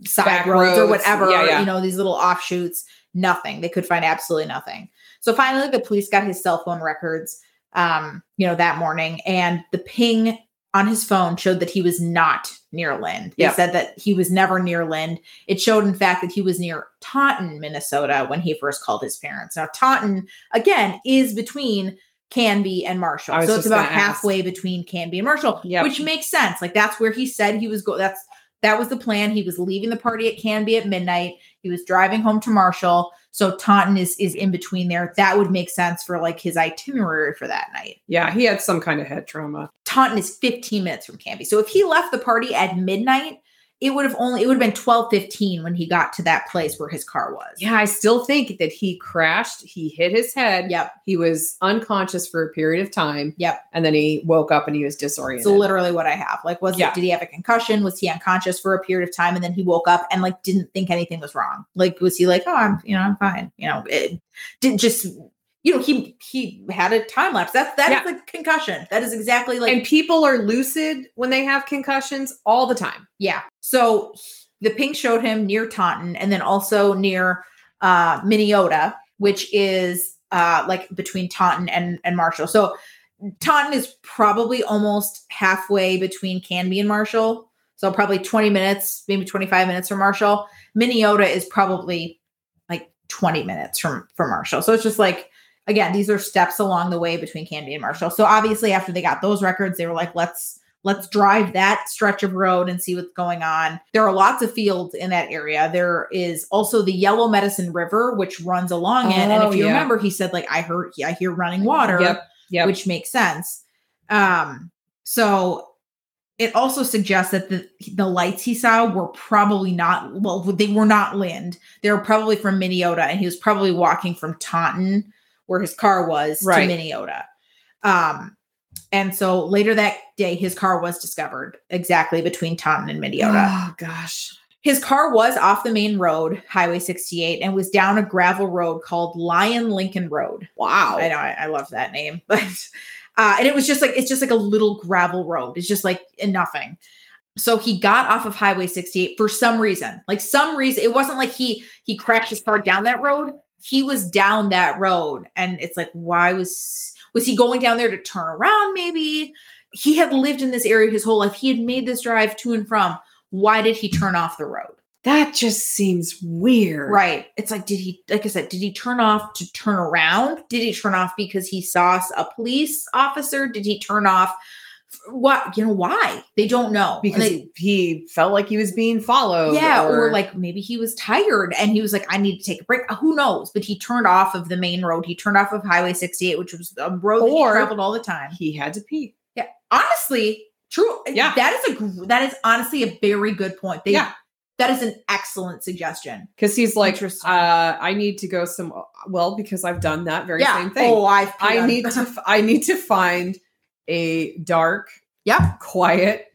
side
Back
roads, or
roads.
whatever,
Yeah, yeah.
you know, these little offshoots. Nothing. They could find absolutely nothing. So finally the police got his cell phone records um, you know, that morning and the ping on his phone showed that he was not near Lind. They
Yeah.
said that he was never near Lind. It showed, in fact, that he was near Taunton, Minnesota when he first called his parents. Now, Taunton, again, is between Canby and Marshall.
I was
So it's
just gonna
about
ask.
halfway between Canby and Marshall,
Yep.
which makes sense. Like that's where he said he was going. That's that was the plan. He was leaving the party at Canby at midnight. He was driving home to Marshall. So Taunton is is in between there. That would make sense for like his itinerary for that night.
yeah he had some kind of head trauma
Taunton is 15 minutes from Canby. So if he left the party at midnight, it would have only it would have been 12:15 when he got to that place where his car was.
yeah i still think that he crashed he hit his head
Yep.
he was unconscious for a period of time
Yep.
and then he woke up and he was disoriented
It's literally what I have. Like, was
Yeah.
it did he have a concussion? Was he unconscious for a period of time? And then he woke up and like didn't think anything was wrong. Like, was he like, oh, I'm you know, I'm fine. You know, it didn't just you know, he he had a time lapse. That's that is
Yeah.
like concussion. That is exactly like
and people are lucid when they have concussions all the time
Yeah. So the pink showed him near Taunton and then also near uh Minneota, which is uh like between Taunton and, and Marshall. So Taunton is probably almost halfway between Canby and Marshall. So probably 20 minutes, maybe 25 minutes from Marshall. Minneota is probably like 20 minutes from from Marshall. So it's just like again, these are steps along the way between Canby and Marshall. So obviously after they got those records, they were like, let's let's drive that stretch of road and see what's going on. There are lots of fields in that area. There is also the Yellow Medicine River, which runs along it. And
Oh,
if you
yeah.
remember, he said, like, I heard I hear running water
Yep, yep.
which makes sense. Um, so it also suggests that the the lights he saw were probably not well, they were not Lind. They were probably from Minneota, and he was probably walking from Taunton, where his car was,
Right.
to Minneota. Um, and so later that day, his car was discovered exactly between Taunton and Minneota.
Oh gosh.
His car was off the main road, Highway 68, and was down a gravel road called Lion Lincoln Road.
Wow.
I know I, I love that name, but uh, and it was just like it's just like a little gravel road. It's just like and nothing. So he got off of Highway 68 for some reason. Like some reason, it wasn't like he he crashed his car down that road. he was down that road and it's like why was was he going down there to turn around maybe he had lived in this area his whole life he had made this drive to and from why did he turn off the road
That just seems weird.
right it's like did he like i said did he turn off to turn around did he turn off because he saw a police officer did he turn off what you know why they don't know And
Because
they-
he felt like he was being followed.
yeah, or, like maybe he was tired and he was like, I need to take a break. Who knows? But he turned off of the main road. He turned off of Highway 68, which was a road that he
Or-
traveled all the time.
he had to pee.
Honestly, true.
Yeah.
that is a gr- that is honestly a very good point. They,
Yeah.
that is an excellent suggestion.
Because he's like, uh,
Interesting.
I need to go some well, because I've done that very
yeah.
same thing.
Oh, I've peed
I
on-
need to f- I need to find a dark,
Yep.
quiet,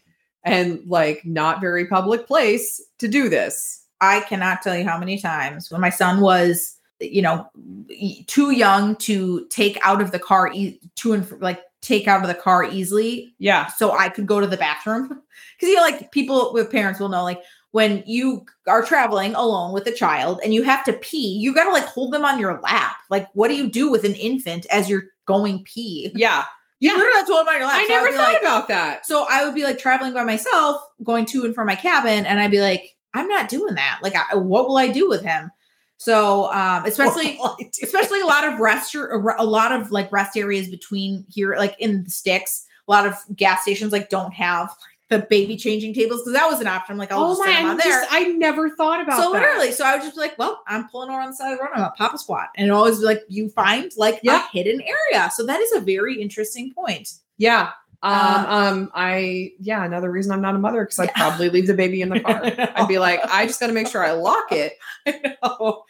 and like not very public place to do this.
I cannot tell you how many times when my son was, you know, e- too young to take out of the car, e- to and fr- like take out of the car easily.
Yeah.
so I could go to the bathroom. Because you know, like people with parents will know, like when you are traveling alone with a child and you have to pee, you gotta like hold them on your lap. Like, what do you do with an infant as you're going pee?
Yeah.
You literally have to hold them on your lap.
I
So I'd
never
be
thought
like-
about that.
So I would be like traveling by myself, going to and from my cabin, and I'd be like, I'm not doing that. Like, I, what will I do with him? So, um, especially especially a lot of rest a lot of like rest areas between here like in the sticks a lot of gas stations like don't have the baby changing tables because that was an option I'm like I'll
oh
just
my,
sit them
i
on there
just, I never thought about
so
that.
literally so I would just be like well I'm pulling over on the side of the road I'm gonna pop a squat and it always be like you find like
Yeah.
a hidden area so that is a very interesting point
Yeah. Um,
Uh,
um, I, yeah, another reason I'm not a mother because I'd probably leave the baby in the car. I'd be like, I just got to make sure I lock it.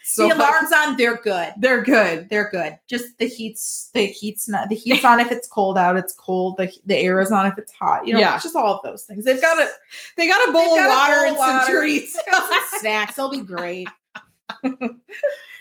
So
the alarms on they're good
they're good.
they're good just the heat's the heat's not the heat's on if it's cold out it's cold the, the air is on if it's hot you know
Yeah.
just all of those things they've got it
They got a bowl
They've
of
got a
water
bowl
and
of
some
water.
treats.
some snacks. They'll be great.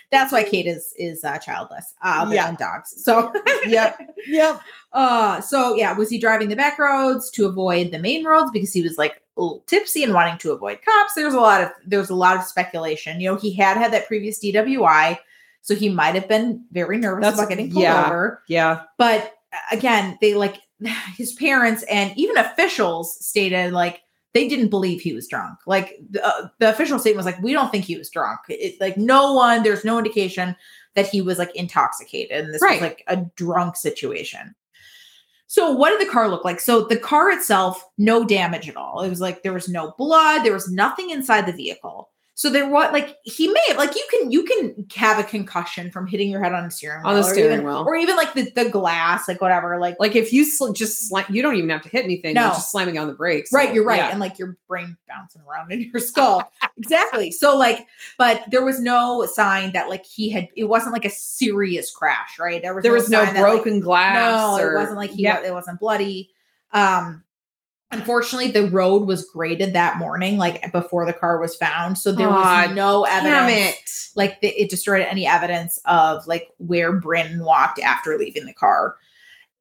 That's why Kate is is uh, childless. Uh, other
Yeah.
than dogs. So,
yep. Yep.
uh, so yeah, was he driving the back roads to avoid the main roads because he was like a little tipsy and wanting to avoid cops? There's a lot of there's a lot of speculation. You know, he had had that previous DWI, so he might have been very nervous
That's-
about getting pulled
yeah.
over.
Yeah.
But uh, again, they like his parents and even officials stated like they didn't believe he was drunk. Like the, uh, the official statement was like, we don't think he was drunk. It, like no one, there's no indication that he was like intoxicated. And this
Right.
was like a drunk situation. So what did the car look like? So the car itself, no damage at all. It was like there was no blood. There was nothing inside the vehicle. So there was like he may have like you can you can have a concussion from hitting your head on the steering
On the
or
steering
even-
wheel.
or even like the, the glass like whatever like
Like if you sl- just slam, you don't even have to hit anything.
No.
You're just slamming on the brakes.
Right, you're right.
Yeah.
And like your brain bouncing around in your skull. exactly. So like, but there was no sign that like he had it wasn't like a serious crash, right? There was
there was no
sign that, like,
broken glass.
no,
or-
it wasn't like he
yeah.
it wasn't bloody. Um unfortunately the road was graded that morning, like before the car was found. So there
Aw,
was no
Damn
evidence.
it.
Like the, it destroyed any evidence of like where Bryn walked after leaving the car.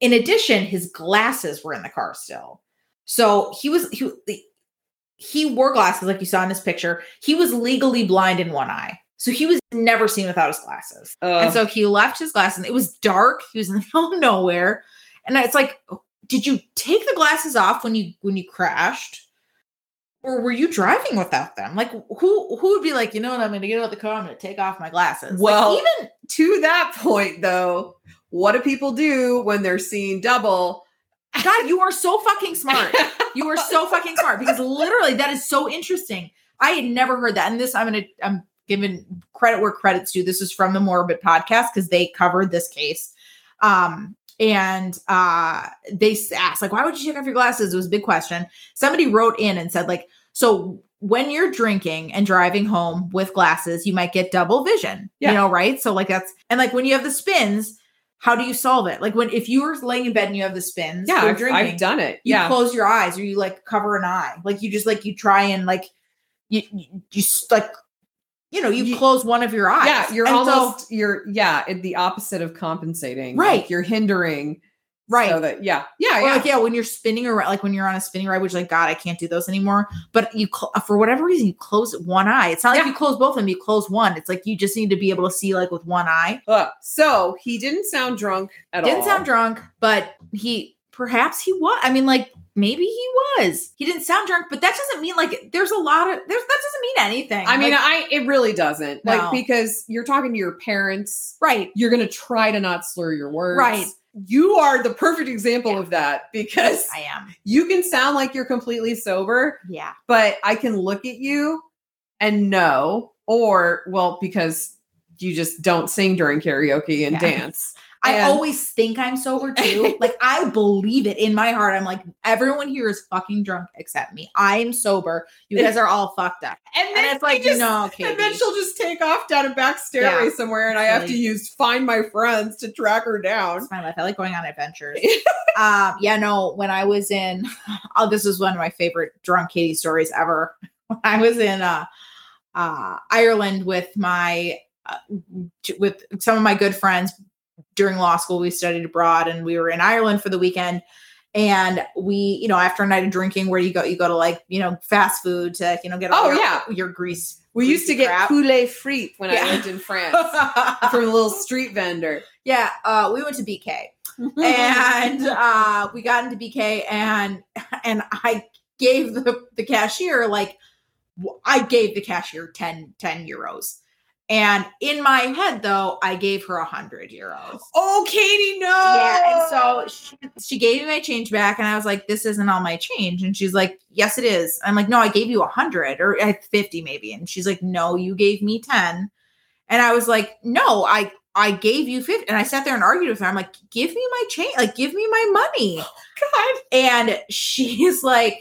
In addition, his glasses were in the car still. So he was he he wore glasses like you saw in this picture. He was legally blind in one eye. So he was never seen without his glasses.
Uh,
And so he left his glasses. and It was dark. He was in the middle of nowhere. And it's like, did you take the glasses off when you when you crashed? Or were you driving without them? Like who who would be like, you know what, I'm gonna get out of the car, I'm gonna take off my glasses. Like,
Well,
even
to that point though, what do people do when they're seeing double?
God, you are so fucking smart. You are so fucking smart because literally that is so interesting. I had never heard that. And this I'm gonna I'm giving credit where credit's due. This is from the Morbid podcast because they covered this case. Um and uh they s- asked, like, why would you take off your glasses? It was a big question. Somebody wrote in and said, like, so when you're drinking and driving home with glasses, you might get double vision.
Yeah.
You know, right? So like that's and like when you have the spins, how do you solve it? Like when if you were laying in bed and you have the spins,
yeah,
from
I've,
drinking,
I've done it.
you
yeah.
close your eyes or you like cover an eye like you just like you try and like you you, you s- like you know you,
You-
close one of your eyes
Yeah, you're
And so-
almost you're yeah, it, the opposite of compensating. Like,
Right.
you're hindering
Right.
So that yeah, yeah,
Or,
yeah.
like yeah, when you're spinning around, like when you're on a spinning ride, which like God, I can't do those anymore. But you, cl- uh, for whatever reason, you close one eye. It's not like
Yeah.
you close both of them. You close one. It's like you just need to be able to see like with one eye.
Look, Uh, so he didn't sound drunk at all.
didn't sound drunk, but he perhaps he was. I mean, like maybe he was. He didn't sound drunk, but that doesn't mean like there's a lot of there's that doesn't mean anything.
I mean,
Like,
I it really doesn't.
No.
Like because you're talking to your parents,
right,
you're gonna try to not slur your words.
Right.
You are the perfect example of that because
I am.
you can sound like you're completely sober,
Yeah,
but I can look at you and know, or well, because you just don't sing during karaoke and
Yeah.
dance.
I
And-
always think I'm sober too. like I believe it in my heart. I'm like everyone here is fucking drunk except me. I'm sober. You guys are all fucked up.
And
And it's like
you know.
no, Katie.
And then she'll just take off down a back stairway
Yeah.
somewhere, and I have
Silly.
to use find my friends to track her down.
It's my life. I like going on adventures. um, yeah, no, when I was in, oh, this is one of my favorite drunk Katie stories ever. When I was in uh, uh, Ireland with my, uh, with some of my good friends during law school, we studied abroad and we were in Ireland for the weekend. And we, you know, after a night of drinking, where do you go? You go to like, you know, fast food to, you know, get all
Oh,
your,
yeah.
your grease.
We used to
greasy
get
crap.
poulet frite when
Yeah.
I lived in France from a little street vendor.
yeah. Uh, we went to BK.
Mm-hmm.
and uh, we got into BK and and I gave the, the cashier like w- I gave the cashier 10, 10 euros. And in my head though, I gave her a hundred euros.
oh, Katie, no.
Yeah, and so she, she gave me my change back, and I was like, "This isn't all my change." And she's like, "Yes, it is." I'm like, "No, I gave you a hundred or uh, fifty, maybe." And she's like, "No, you gave me 10. And I was like, "No, I I gave you 50. And I sat there and argued with her. I'm like, "Give me my change, like give me my money."
God.
And she's like,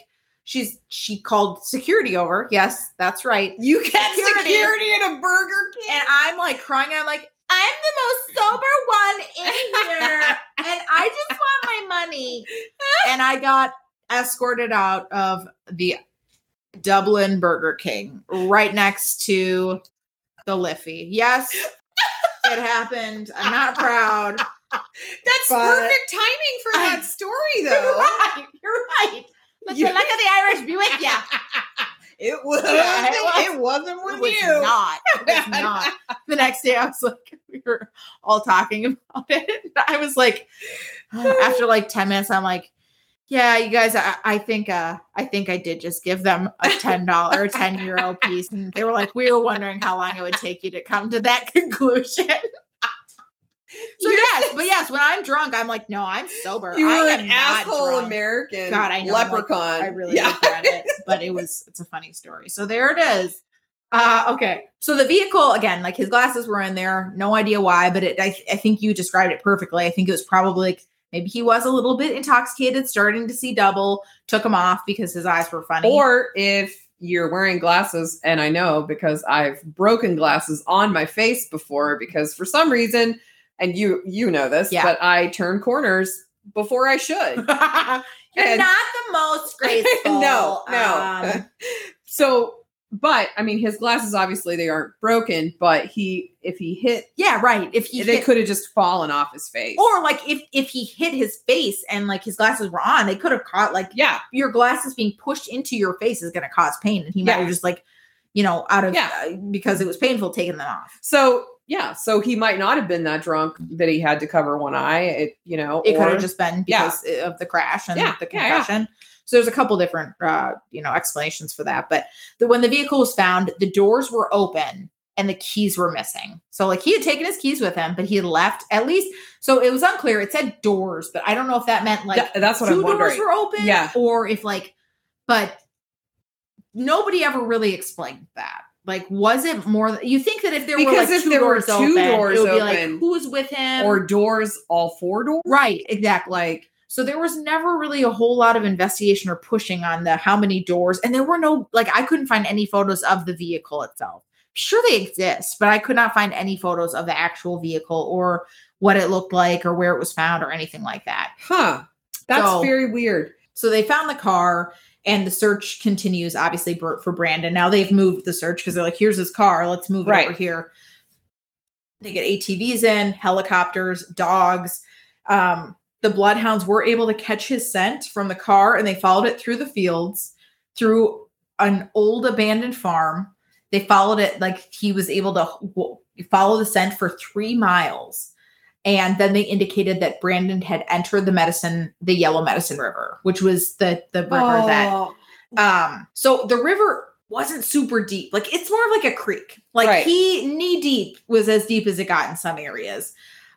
"She's she called security over. Yes, that's right."
You get
Security.
security, at a Burger King.
and I'm like crying. I'm like, I'm the most sober one in here, and I just want my money. And I got escorted out of the Dublin Burger King right next to the Liffey. Yes, it happened. I'm not proud.
That's
But-
perfect timing for that story, though.
right. You're right. But
You-
the luck of the Irish be with ya.
It was.
Yeah, it was.
it wasn't with
It was
you.
not. It was not. The next day, I was like, we were all talking about it. I was like, after like ten minutes, I'm like, yeah, you guys, I, I think, uh, I think I did just give them a ten dollar, ten euro piece, and they were like, we were wondering how long it would take you to come to that conclusion. So
You're-
yes, but yes, when I'm drunk, I'm like, no, I'm sober.
You
I
were
am
an
not
asshole
drunk.
American.
God, I know, I'm like,
Leprechaun.
I really
Yeah.
regret it, but it was it's a funny story. So there it is. Uh, okay. So the vehicle again, like his glasses were in there. No idea why, but it. I, I think you described it perfectly. I think it was probably like, maybe he was a little bit intoxicated, starting to see double. Took him off because his eyes were funny.
Or if you're wearing glasses, and I know because I've broken glasses on my face before because for some reason, and you you know this,
Yeah.
but I turn corners before I should.
you're
And-
not the most graceful. um,
No, no. so, but I mean, his glasses obviously they aren't broken, but he if he hit,
yeah, right. If he
they
hit-
could have just fallen off his face.
or like if if he hit his face and like his glasses were on, they could have caught like
yeah,
your glasses being pushed into your face is going to cause pain and he might
Yeah.
have just like you know out of
Yeah.
uh, because it was painful taking them off
so. Yeah, so he might not have been that drunk that he had to cover one eye. It, you know,
it could
or-
have just been
Yeah.
because uh, of the crash and
Yeah,
the
yeah, yeah.
concussion so there's a couple different uh you know explanations for that but the, when the vehicle was found the doors were open and the keys were missing so like he had taken his keys with him but he had left at least so it was unclear it said doors but i don't know if that meant like
Th- that's what
two
I'm
doors
wondering.
were open
Yeah.
or if like but nobody ever really explained that like was it more th- you think that if there were
Because
like
if
two
there were
doors
two
open
doors
it would be like
open
who's with him
or doors all four doors
right exactly
like
so there was never really a whole lot of investigation or pushing on the how many doors and there were no like i couldn't find any photos of the vehicle itself sure they exist but i could not find any photos of the actual vehicle or what it looked like or where it was found or anything like that
huh that's
So-
very weird
So they found the car and the search continues, obviously, for, for Brandon. Now they've moved the search because they're like, here's his car. Let's move
Right.
it over here. They get ATVs in, helicopters, dogs. Um, the bloodhounds were able to catch his scent from the car and they followed it through the fields, through an old abandoned farm. They followed it like he was able to w- follow the scent for three miles. And then they indicated that Brandon had entered the medicine, the Yellow Medicine River, which was the the river that.
Oh,
Um, so the river wasn't super deep. Like it's more of like a creek. Like
Right.
he knee deep was as deep as it got in some areas.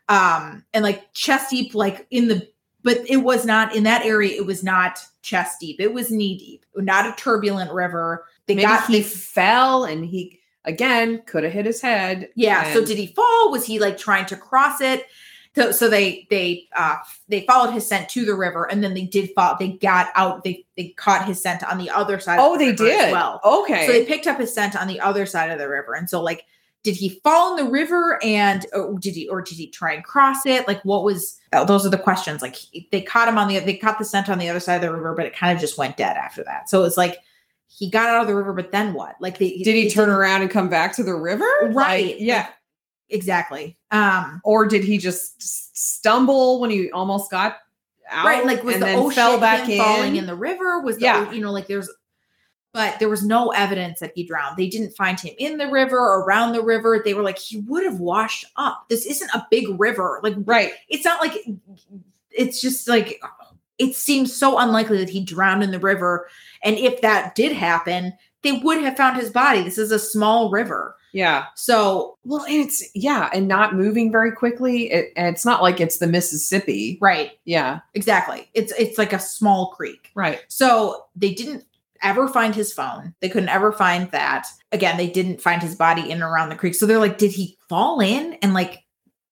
Um, and like chest deep, like in the but it was not in that area, it was not chest deep, it was knee deep, not a turbulent river. They
maybe
got they-
he fell and he again could have hit his head.
yeah. so
and-
did he fall? Was he like trying to cross it? So, so they they uh they followed his scent to the river, and then they did fall. They got out. They they caught his scent on the other side.
Oh,
of the
they
river as
did.
well.
Okay.
So they picked up his scent on the other side of the river, and so like, did he fall in the river, and or did he or did he try and cross it? Like, what was? oh, those are the questions. Like he- they caught him on the they caught the scent on the other side of the river, but it kind of just went dead after that. So it's like he got out of the river, but then what? Like they
did he
it's-
turn around and come back to the river? Like,
Right.
yeah.
exactly? Um,
or did he just s- stumble when he almost got out?
right like was
and
the
then
ocean
fell back in?
falling in the river was the,
Yeah.
you know like there's but there was no evidence that he drowned they didn't find him in the river or around the river they were like he would have washed up this isn't a big river like
right.
it's not like it's just like it seems so unlikely that he drowned in the river and if that did happen they would have found his body this is a small river
Yeah.
so
Well, and it's yeah, and not moving very quickly. It, and it's not like it's the Mississippi.
right
Yeah.
exactly it's it's like a small creek
Right.
So they didn't ever find his phone. They couldn't ever find that. Again, they didn't find his body in and around the creek. So they're like, did he fall in and like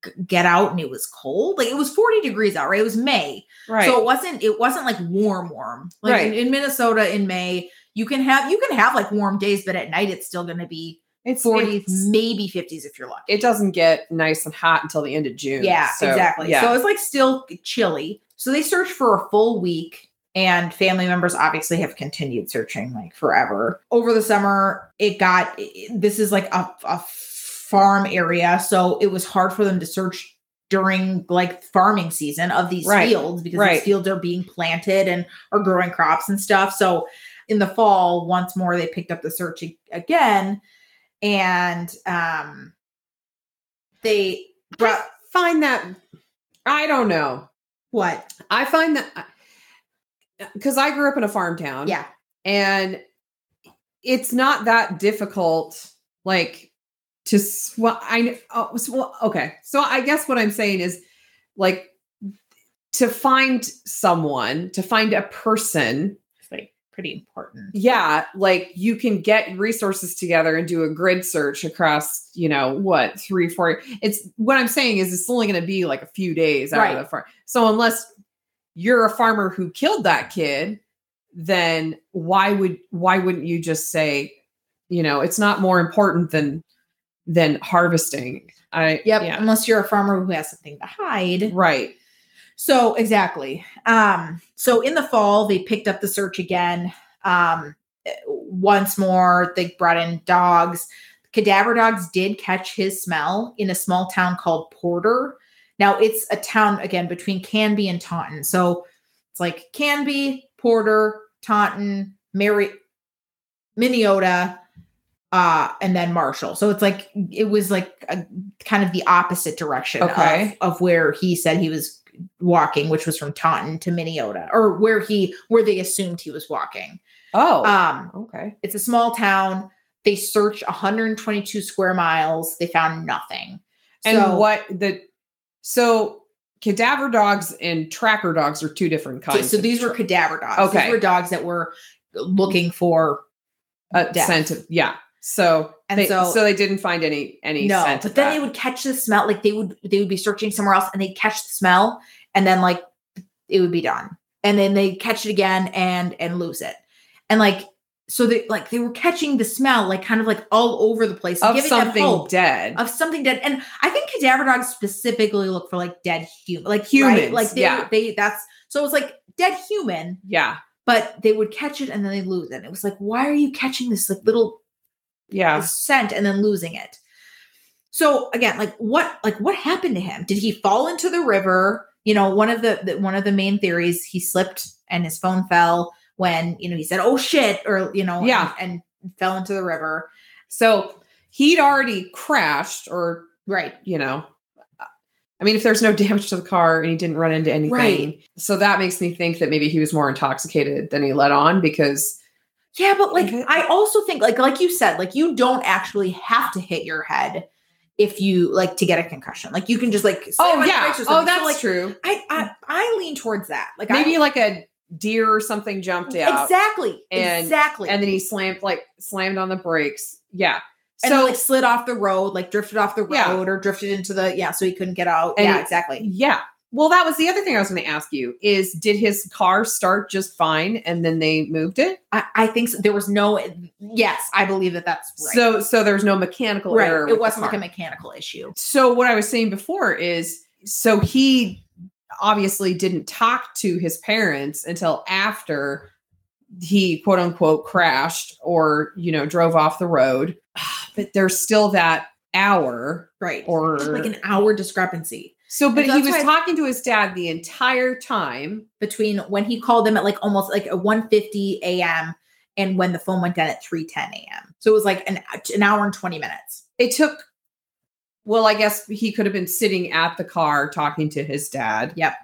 g- get out and it was cold? Like it was 40 degrees out, right? It was May.
Right.
So it wasn't it wasn't like warm warm. Like in,
Right.
in Minnesota in May, you can have you can have like warm days, but at night it's still going to be
it's
40s,
it's-
maybe 50s if you're lucky.
It doesn't get nice and hot until the end of June.
Yeah,
So,
exactly.
Yeah.
So it's like still chilly. So they searched for a full week, and family members obviously have continued searching like forever. Over the summer, it got this is like a, a farm area, so it was hard for them to search during like farming season of these
Right,
fields because
right.
these fields are being planted and are growing crops and stuff. So in the fall, once more, they picked up the search a- again, and um, they brought
find that I don't know.
what
I find that because I grew up in a farm town.
Yeah.
and it's not that difficult like to sw- i oh, s- well, okay so i guess what i'm saying is like to find someone to find a person
It's like pretty important.
yeah like you can get resources together and do a grid search across you know what three four it's what i'm saying is it's only going to be like a few days out
Right.
of the farm so unless you're a farmer who killed that kid then why would why wouldn't you just say you know it's not more important than than harvesting i
Yep.
yeah
Unless you're a farmer who has something to hide.
right
So exactly. Um, so in the fall, they picked up the search again. Um, eh, once more, they brought in dogs. Cadaver dogs did catch his smell in a small town called Porter. Now it's a town again between Canby and Taunton. So it's like Canby, Porter, Taunton, Mary, Minneota, uh, and then Marshall. So it's like it was like a, kind of the opposite direction of-
Okay.
of where he said he was walking, which was from Taunton to Minneota, or where he where they assumed he was walking.
oh
Um,
okay
it's a small town. They searched 122 square miles. They found nothing.
and
so,
what the so cadaver dogs and tracker dogs are two different
So,
kinds
so
of
these were
tra-
cadaver dogs.
Okay.
These were dogs that were looking for
a
death.
scent of yeah. So
And
they,
so-
so they didn't find any any
no.
scent.
But
of
then
that.
they would catch the smell. Like they would they would be searching somewhere else, and they'd catch the smell, and then like it would be done. And then they catch it again and and lose it. And like so they like they were catching the smell like kind of like all over the place,
of
giving them hope. Um,
something dead.
of something dead. And I think cadaver dogs specifically look for like dead human, like
Humans,
right? Like they,
yeah.
they that's so it's like dead human,
yeah,
but they would catch it and then they lose it. It was like, why are you catching this like little
yeah.
scent and then losing it? So again, like what like what happened to him? Did he fall into the river? you know, one of the, the one of the main theories he slipped and his phone fell when you know he said oh shit or you know
Yeah.
and, and fell into the river.
So he'd already crashed, or
Right.
you know, I mean, if there's no damage to the car and he didn't run into anything,
Right.
so that makes me think that maybe he was more intoxicated than he let on because
Yeah, but like
Mhm.
I also think like like you said, like you don't actually have to hit your head if you like to get a concussion. Like you can just like slam
oh
on your
yeah,
brakes or
oh
something. So,
that's
like
true.
I, I I lean towards that. Like
Maybe
I,
like a deer or something jumped out,
exactly
And-
exactly
and then he slammed like slammed on the brakes. Yeah.
And
so
then, like slid off the road, like drifted off the road
Yeah.
or drifted into the yeah, so he couldn't get out.
And-
yeah, exactly.
yeah. Well, that was the other thing I was going to ask you is did his car start just fine and then they moved it?
I, I think so. there was no yes, I believe that that's right.
So so there's no mechanical
right,
error. with
it
the
wasn't like
car.
a mechanical issue.
so what I was saying before is so he obviously didn't talk to his parents until after he quote unquote crashed or you know drove off the road. But there's still that hour
Right.
or
There's, like an hour discrepancy.
so but
And
he
that's
was
why-
talking to his dad the entire time
between when he called them at like almost like 1.50 a.m. and when the phone went down at 3.10 a.m. So it was like an, an hour and 20 minutes.
it took well i guess he could have been sitting at the car talking to his dad
Yep.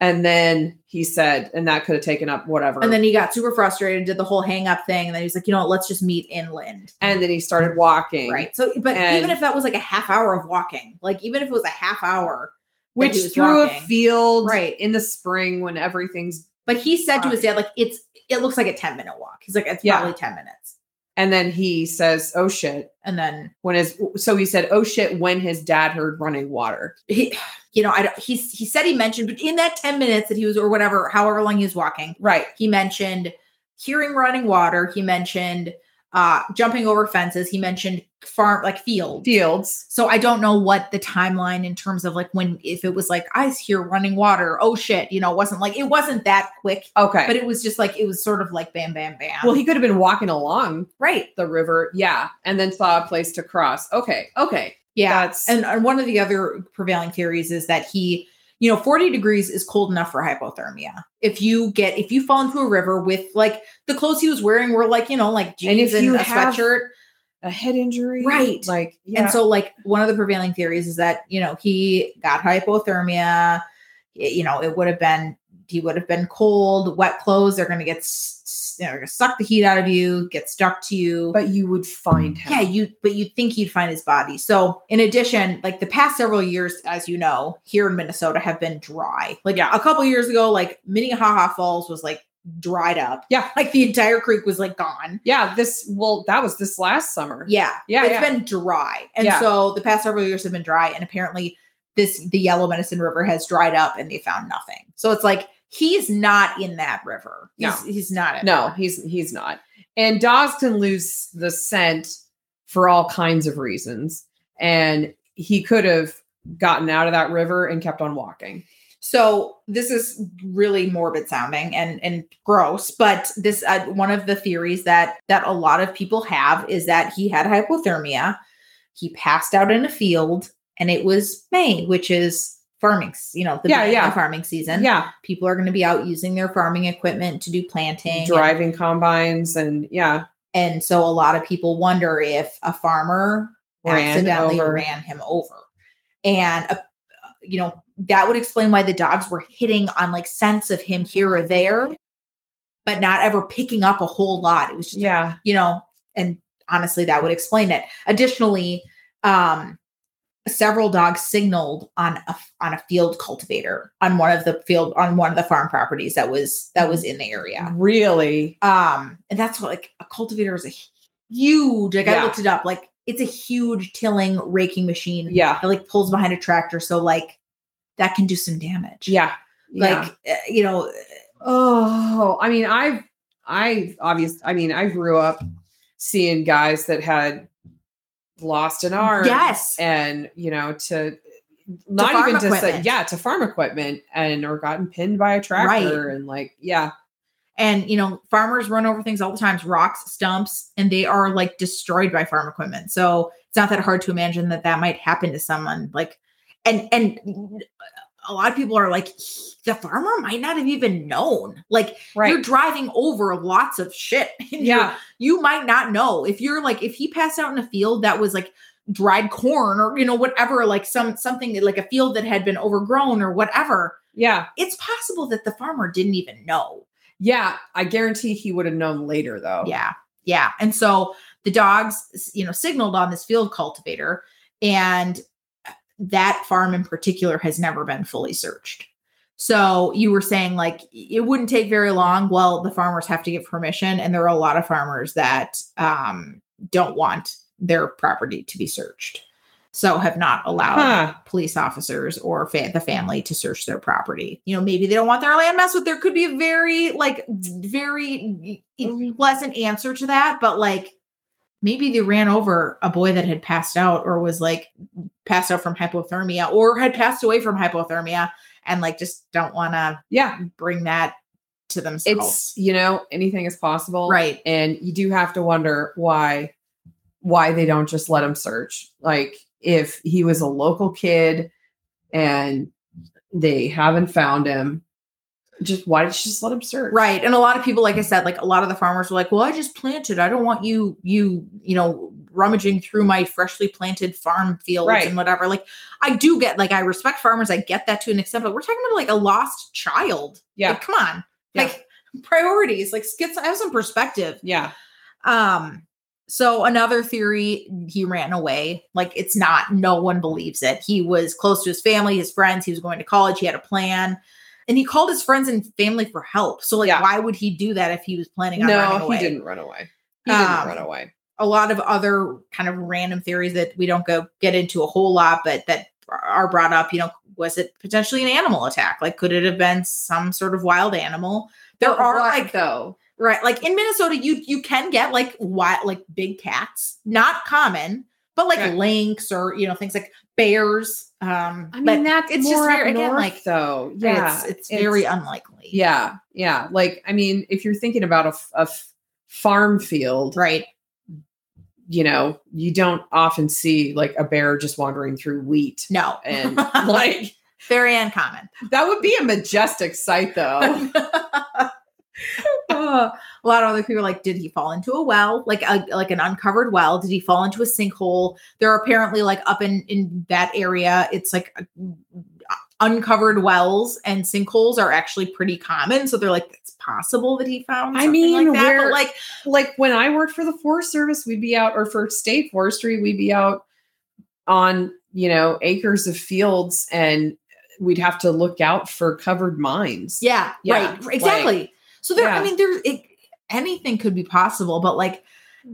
and then he said and that could have taken up whatever
And then he got super frustrated, did the whole hang up thing. And then he was like, you know what, let's just meet inland.
and then he started walking
Right. So, but
And-
even if that was like a half hour of walking, like even if it was a half hour,
which
he was
through
walking.
a field
Right.
in the spring when everything's
but he said to his dad, like, it's, it looks like a 10 minute walk. He's like, it's
Yeah.
probably 10 minutes.
and then he says oh shit
And then
when his so he said oh shit when his dad heard running water
he, you know, I don't, he, he said he mentioned, but in that 10 minutes that he was, or whatever, however long he was walking,
right
He mentioned hearing running water. He mentioned uh, jumping over fences. He mentioned farm, like field.
fields
So I don't know what the timeline in terms of like when, if it was like, I hear running water. Oh shit. You know, it wasn't like, it wasn't that quick,
okay
but it was just like, it was sort of like bam, bam, bam.
well he could have been walking along
right.
the river yeah and then saw a place to cross okay okay
Yeah.
that's
and, and one of the other prevailing theories is that he, you know, 40 degrees is cold enough for hypothermia. If you get, if you fall into a river with like the clothes he was wearing were like, you know, like
And if
jeans and,
you
a
have-
sweatshirt.
a head injury
Right.
like yeah.
And so, like, one of the prevailing theories is that, you know, he got hypothermia. It- you know, it would have been, he would have been cold, wet clothes. They're going to get, s- s- you know, they're gonna suck the heat out of you, get stuck to you.
but you would find him.
yeah, you, but you'd think he'd find his body. So, in addition, like the past several years, as you know, here in Minnesota have been dry. Like,
Yeah.
a couple years ago, like Minnehaha Falls was like dried up.
Yeah.
Like the entire creek was like gone.
Yeah, this well, that was this last summer.
Yeah.
yeah,
It's
yeah.
been dry. And
Yeah.
so the past several years have been dry. And apparently this the Yellow Medicine River has dried up and they found nothing. So it's like he's not in that river.
No.
He's, he's not in
no, he's he's not. And Dawes can lose the scent for all kinds of reasons, and he could have gotten out of that river and kept on walking.
So this is really morbid sounding and and gross, but this uh, one of the theories that that a lot of people have is that he had hypothermia, he passed out in a field, and it was May, which is farming, s- you know, the
Yeah,
beginning
yeah.
of farming season.
yeah,
people are going to be out using their farming equipment to do planting. And,
driving combines and yeah,
and so a lot of people wonder if a farmer
ran
accidentally
over.
ran him over. And, uh, you know, that would explain why the dogs were hitting on like sense of him here or there, but not ever picking up a whole lot. It was just,
Yeah,
you know, and honestly, that would explain it. Additionally, um, several dogs signaled on a on a field cultivator on one of the field on one of the farm properties that was that was in the area.
really.
Um, and that's what like a cultivator is a huge like
Yeah.
I looked it up like it's a huge tilling raking machine
Yeah,
that like pulls behind a tractor, so like that can do some damage.
yeah, yeah.
like uh, you know,
Oh, I mean, I've, I obviously, I mean, I grew up seeing guys that had lost an arm.
yes,
And, you know, to not
farm
even to say,
equipment.
yeah, to farm equipment and or gotten pinned by a tractor and like, yeah,
And you know, farmers run over things all the times, rocks, stumps, and they are like destroyed by farm equipment. So it's not that hard to imagine that that might happen to someone. Like, and and a lot of people are like, the farmer might not have even known. Like you're
Right.
driving over lots of shit. and you're
Yeah.
you might not know if you're like if he passed out in a field that was like dried corn or you know whatever like some something like a field that had been overgrown or whatever
Yeah.
it's possible that the farmer didn't even know
Yeah. I guarantee he would have known later though.
yeah yeah and so the dogs you know signaled on this field cultivator and uh, that farm in particular has never been fully searched so you were saying like it wouldn't take very long well the farmers have to get permission and there are a lot of farmers that um, don't want their property to be searched so have not allowed
Huh.
police officers or fa- the family to search their property. You know, maybe they don't want their land messed with. There could be a very, like, very pleasant answer to that, but like, maybe they ran over a boy that had passed out or was like passed out from hypothermia or had passed away from hypothermia and like just don't want to
Yeah.
bring that to
It's,
themselves.
you know, anything is possible.
right.
and you do have to wonder why why they don't just let him search like if he was a local kid and they haven't found him just why did you just let him search
Right. And a lot of people, like I said, like a lot of the farmers were like, well, I just planted. I don't want you, you, you know, rummaging through my freshly planted farm fields
Right.
and whatever. Like I do get, like, I respect farmers. I get that to an extent, but we're talking about like a lost child.
yeah
Like, come on.
Yeah.
Like priorities, like skits. I have some perspective.
yeah
Um, so another theory, he ran away. Like it's not, no one believes it. He was close to his family, his friends, he was going to college, he had a plan. And he called his friends and family for help. So, like,
Yeah.
why would he do that if he was planning on running
no
away?
he didn't run away he
Um,
didn't run away
A lot of other kind of random theories that we don't go get into a whole lot, but that are brought up. You know, was it potentially an animal attack? Like, could it have been some sort of wild animal? There
But
are
why,
like
though
Right. Like in Minnesota, you you can get like wild, like big cats. Not common, but like
Right.
lynx or you know, things like bears. Um
i mean
but
that's
it's
it's
just
more
very-
up
again,
north,
like,
though yeah
it's, it's very unlikely.
yeah yeah like i mean if you're thinking about a, f- a f- farm field
Right.
you know, you don't often see like a bear just wandering through wheat.
No.
And like
very uncommon.
that would be a majestic sight though.
Uh, a lot of other people are like, did he fall into a well? Like a like an uncovered well? Did he fall into a sinkhole? There are apparently like up in in that area, it's like uh, uncovered wells and sinkholes are actually pretty common. So they're like, it's possible that he found.
I
something
mean,
like that, but,
where-
like
like when I worked for the Forest Service, we'd be out or for state forestry, we'd be out on, you know, acres of fields and we'd have to look out for covered mines.
Yeah,
Yeah,
right. Exactly. so there, I
yeah.
mean, there's it, anything could be possible, but like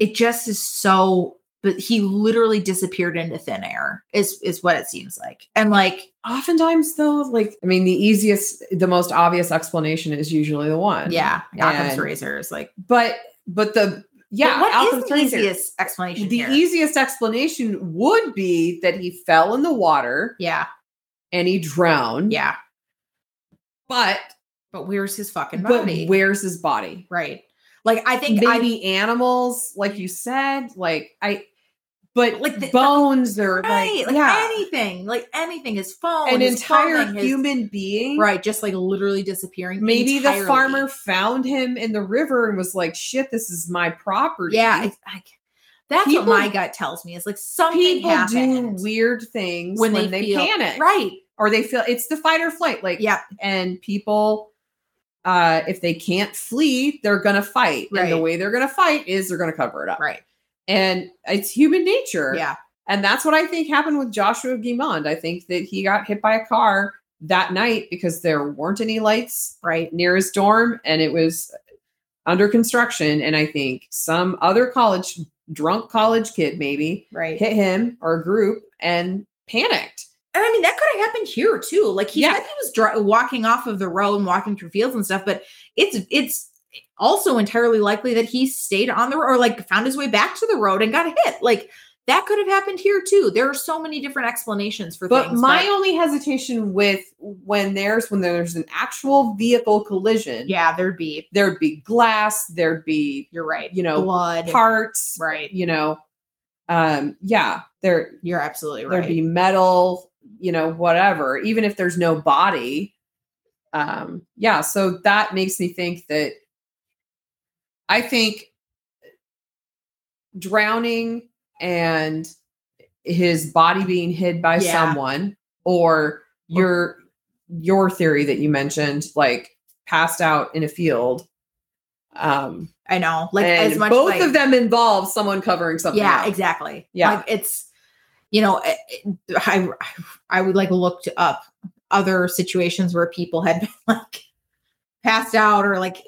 it just is so. But he literally disappeared into thin air. Is is what it seems like, and like
Oftentimes though, like I mean the easiest the most obvious explanation is usually the one.
yeah, Occam's
and-
razor is like
But but the yeah,
But what is
Alpha
the
Fraser-
easiest explanation?
The
here?
easiest explanation would be that he fell in the water
yeah,
and he drowned.
yeah.
But,
But where's his fucking
but
body?
where's his body?
right. Like I think I
Maybe animals, like you said, like I, but
Like
like
the-
bones or
right.
like,
Like
yeah,
anything. Like anything. His phone.
an
his
entire
clothing, his-
human being.
right. Just like literally disappearing.
Maybe
entirely.
the farmer found him in the river and was like, shit, this is my property.
Yeah. I, I, that's
People-
what my gut tells me. Is like something
People
happened.
do weird things
When
when,
they
they,
feel-
panic.
right.
or they feel it's the fight or flight like
Yeah.
and people uh if they can't flee they're gonna fight and the
Right.
way they're gonna fight is they're gonna cover it up
Right.
and it's human nature
Yeah.
and that's what i think happened with joshua guimond i think that he got hit by a car that night because there weren't any lights
Right.
near his dorm and it was under construction and i think some other college drunk college kid maybe
Right.
hit him or a group and panicked
And I mean, that could have happened here too. Like he
Yeah.
said he was dri- walking off of the road and walking through fields and stuff, but it's it's also entirely likely that he stayed on the road or like found his way back to the road and got hit. Like that could have happened here too. There are so many different explanations for
But
things.
my only hesitation with when there's when there's an actual vehicle collision,
yeah, there'd be.
there'd be glass, there'd be
You're right.
you know
Blood.
parts,
right.
you know, um, yeah, there
You're absolutely
there'd
right.
be metal, you know, whatever, even if there's no body. Um, yeah, so that makes me think that I think drowning and his body being hid by
Yeah.
someone or your your theory that you mentioned like passed out in a field um
I know, like
and
as much
both
like,
of them involve someone covering something
yeah
up.
exactly
Yeah.
like it's you know it- it- i i would like looked up other situations where people had been like passed out or like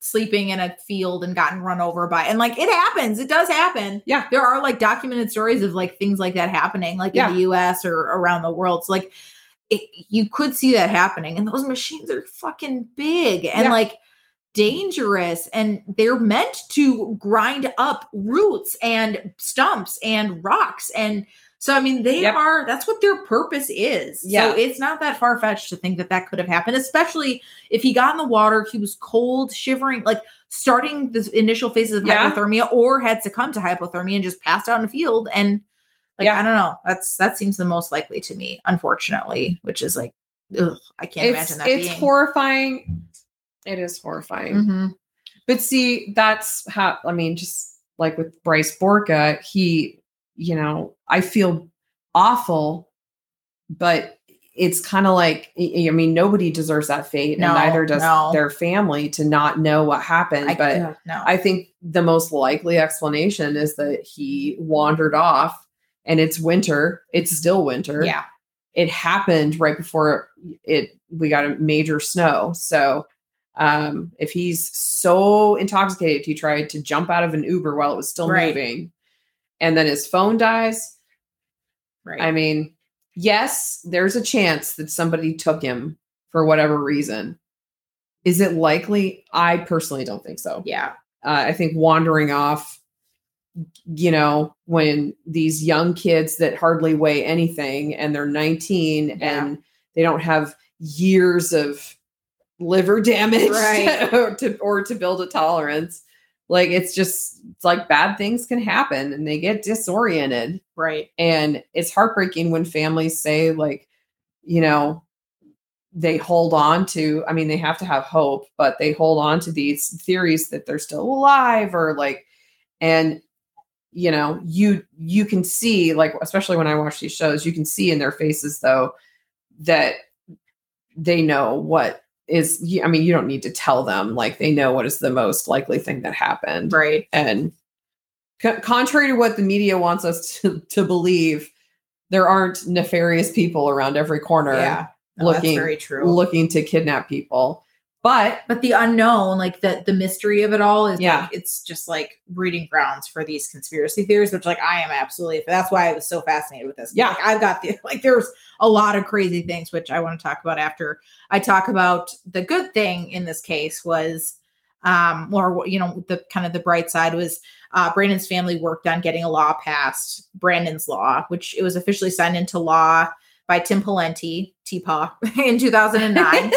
sleeping in a field and gotten run over by and like it happens it does happen
Yeah.
there are like documented stories of like things like that happening like
Yeah.
in the us or around the world so like it, you could see that happening and those machines are fucking big and
Yeah.
like dangerous and they're meant to grind up roots and stumps and rocks and so i mean they
Yep.
are that's what their purpose is
Yeah.
so it's not that far-fetched to think that that could have happened especially if he got in the water he was cold shivering like starting the initial phases of
Yeah.
hypothermia or had succumbed to hypothermia and just passed out in the field and like
Yeah.
I don't know. That's that seems the most likely to me, unfortunately, which is like ugh, I can't
it's,
imagine that.
it's
being.
horrifying it is horrifying
Mhm.
But see, that's how I mean, just like with Bryce Borka, he, you know, I feel awful, but it's kind of like I I mean, nobody deserves that fate,
No,
and neither does
no.
their family to not know what happened.
I,
but
ugh, no.
I think the most likely explanation is that he wandered off and it's winter. It's still winter
yeah.
it happened right before it we got a major snow so um if he's so intoxicated he tried to jump out of an uber while it was still
Right.
moving and then his phone dies
Right.
i mean yes there's a chance that somebody took him for whatever reason is it likely i personally don't think so
yeah.
uh, I think wandering off, you know, when these young kids that hardly weigh anything and they're 19
Yeah.
and they don't have years of liver damage
Right.
or to or to build a tolerance. Like it's just it's like bad things can happen and they get disoriented.
Right.
And it's heartbreaking when families say, like, you know, they hold on to, I mean, they have to have hope, but they hold on to these theories that they're still alive or like, and you know, you you can see, like, especially when I watch these shows, you can see in their faces though that they know what is y- I mean, you don't need to tell them, like they know what is the most likely thing that happened
Right.
and co- contrary to what the media wants us to, to believe there aren't nefarious people around every corner
Yeah. No, that's
looking-
very true.
looking to kidnap people but
but the unknown, like the the mystery of it all, is
Yeah.
like, it's just like breeding grounds for these conspiracy theories, which like I am absolutely. That's why I was so fascinated with this.
Yeah.
like, I've got the like there's a lot of crazy things which I want to talk about after I talk about the good thing in this case was. Um, or you know, the kind of the bright side was uh, Brandon's family worked on getting a law passed, Brandon's Law, which it was officially signed into law by Tim Pawlenty, TPA, in 2009.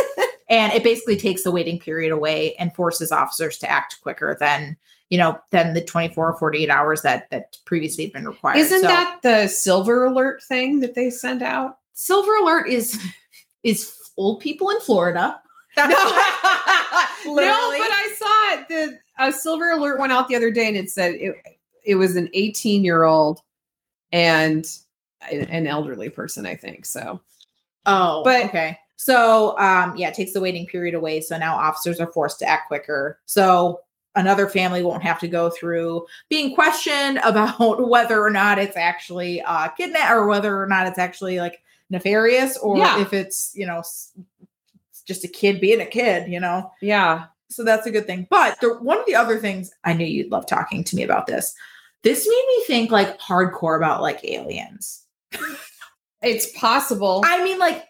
and it basically takes the waiting period away and forces officers to act quicker than, you know, than the 24 or 48 hours that that previously had been required.
isn't
So
that the silver alert thing that they send out
Silver Alert is is old people in Florida.
no,
Literally.
but i saw it the a silver alert went out the other day and it said it, it was an 18 year old and an elderly person i think so
Oh,
But-
okay. So, um, yeah, it takes the waiting period away. So now officers are forced to act quicker. So another family won't have to go through being questioned about whether or not it's actually uh, kidnap or whether or not it's actually like nefarious or
Yeah.
if it's you know s- it's just a kid being a kid, you know.
yeah
So that's a good thing. But the, one of the other things I knew you'd love talking to me about this. This made me think like hardcore about like aliens.
it's possible
I mean, like,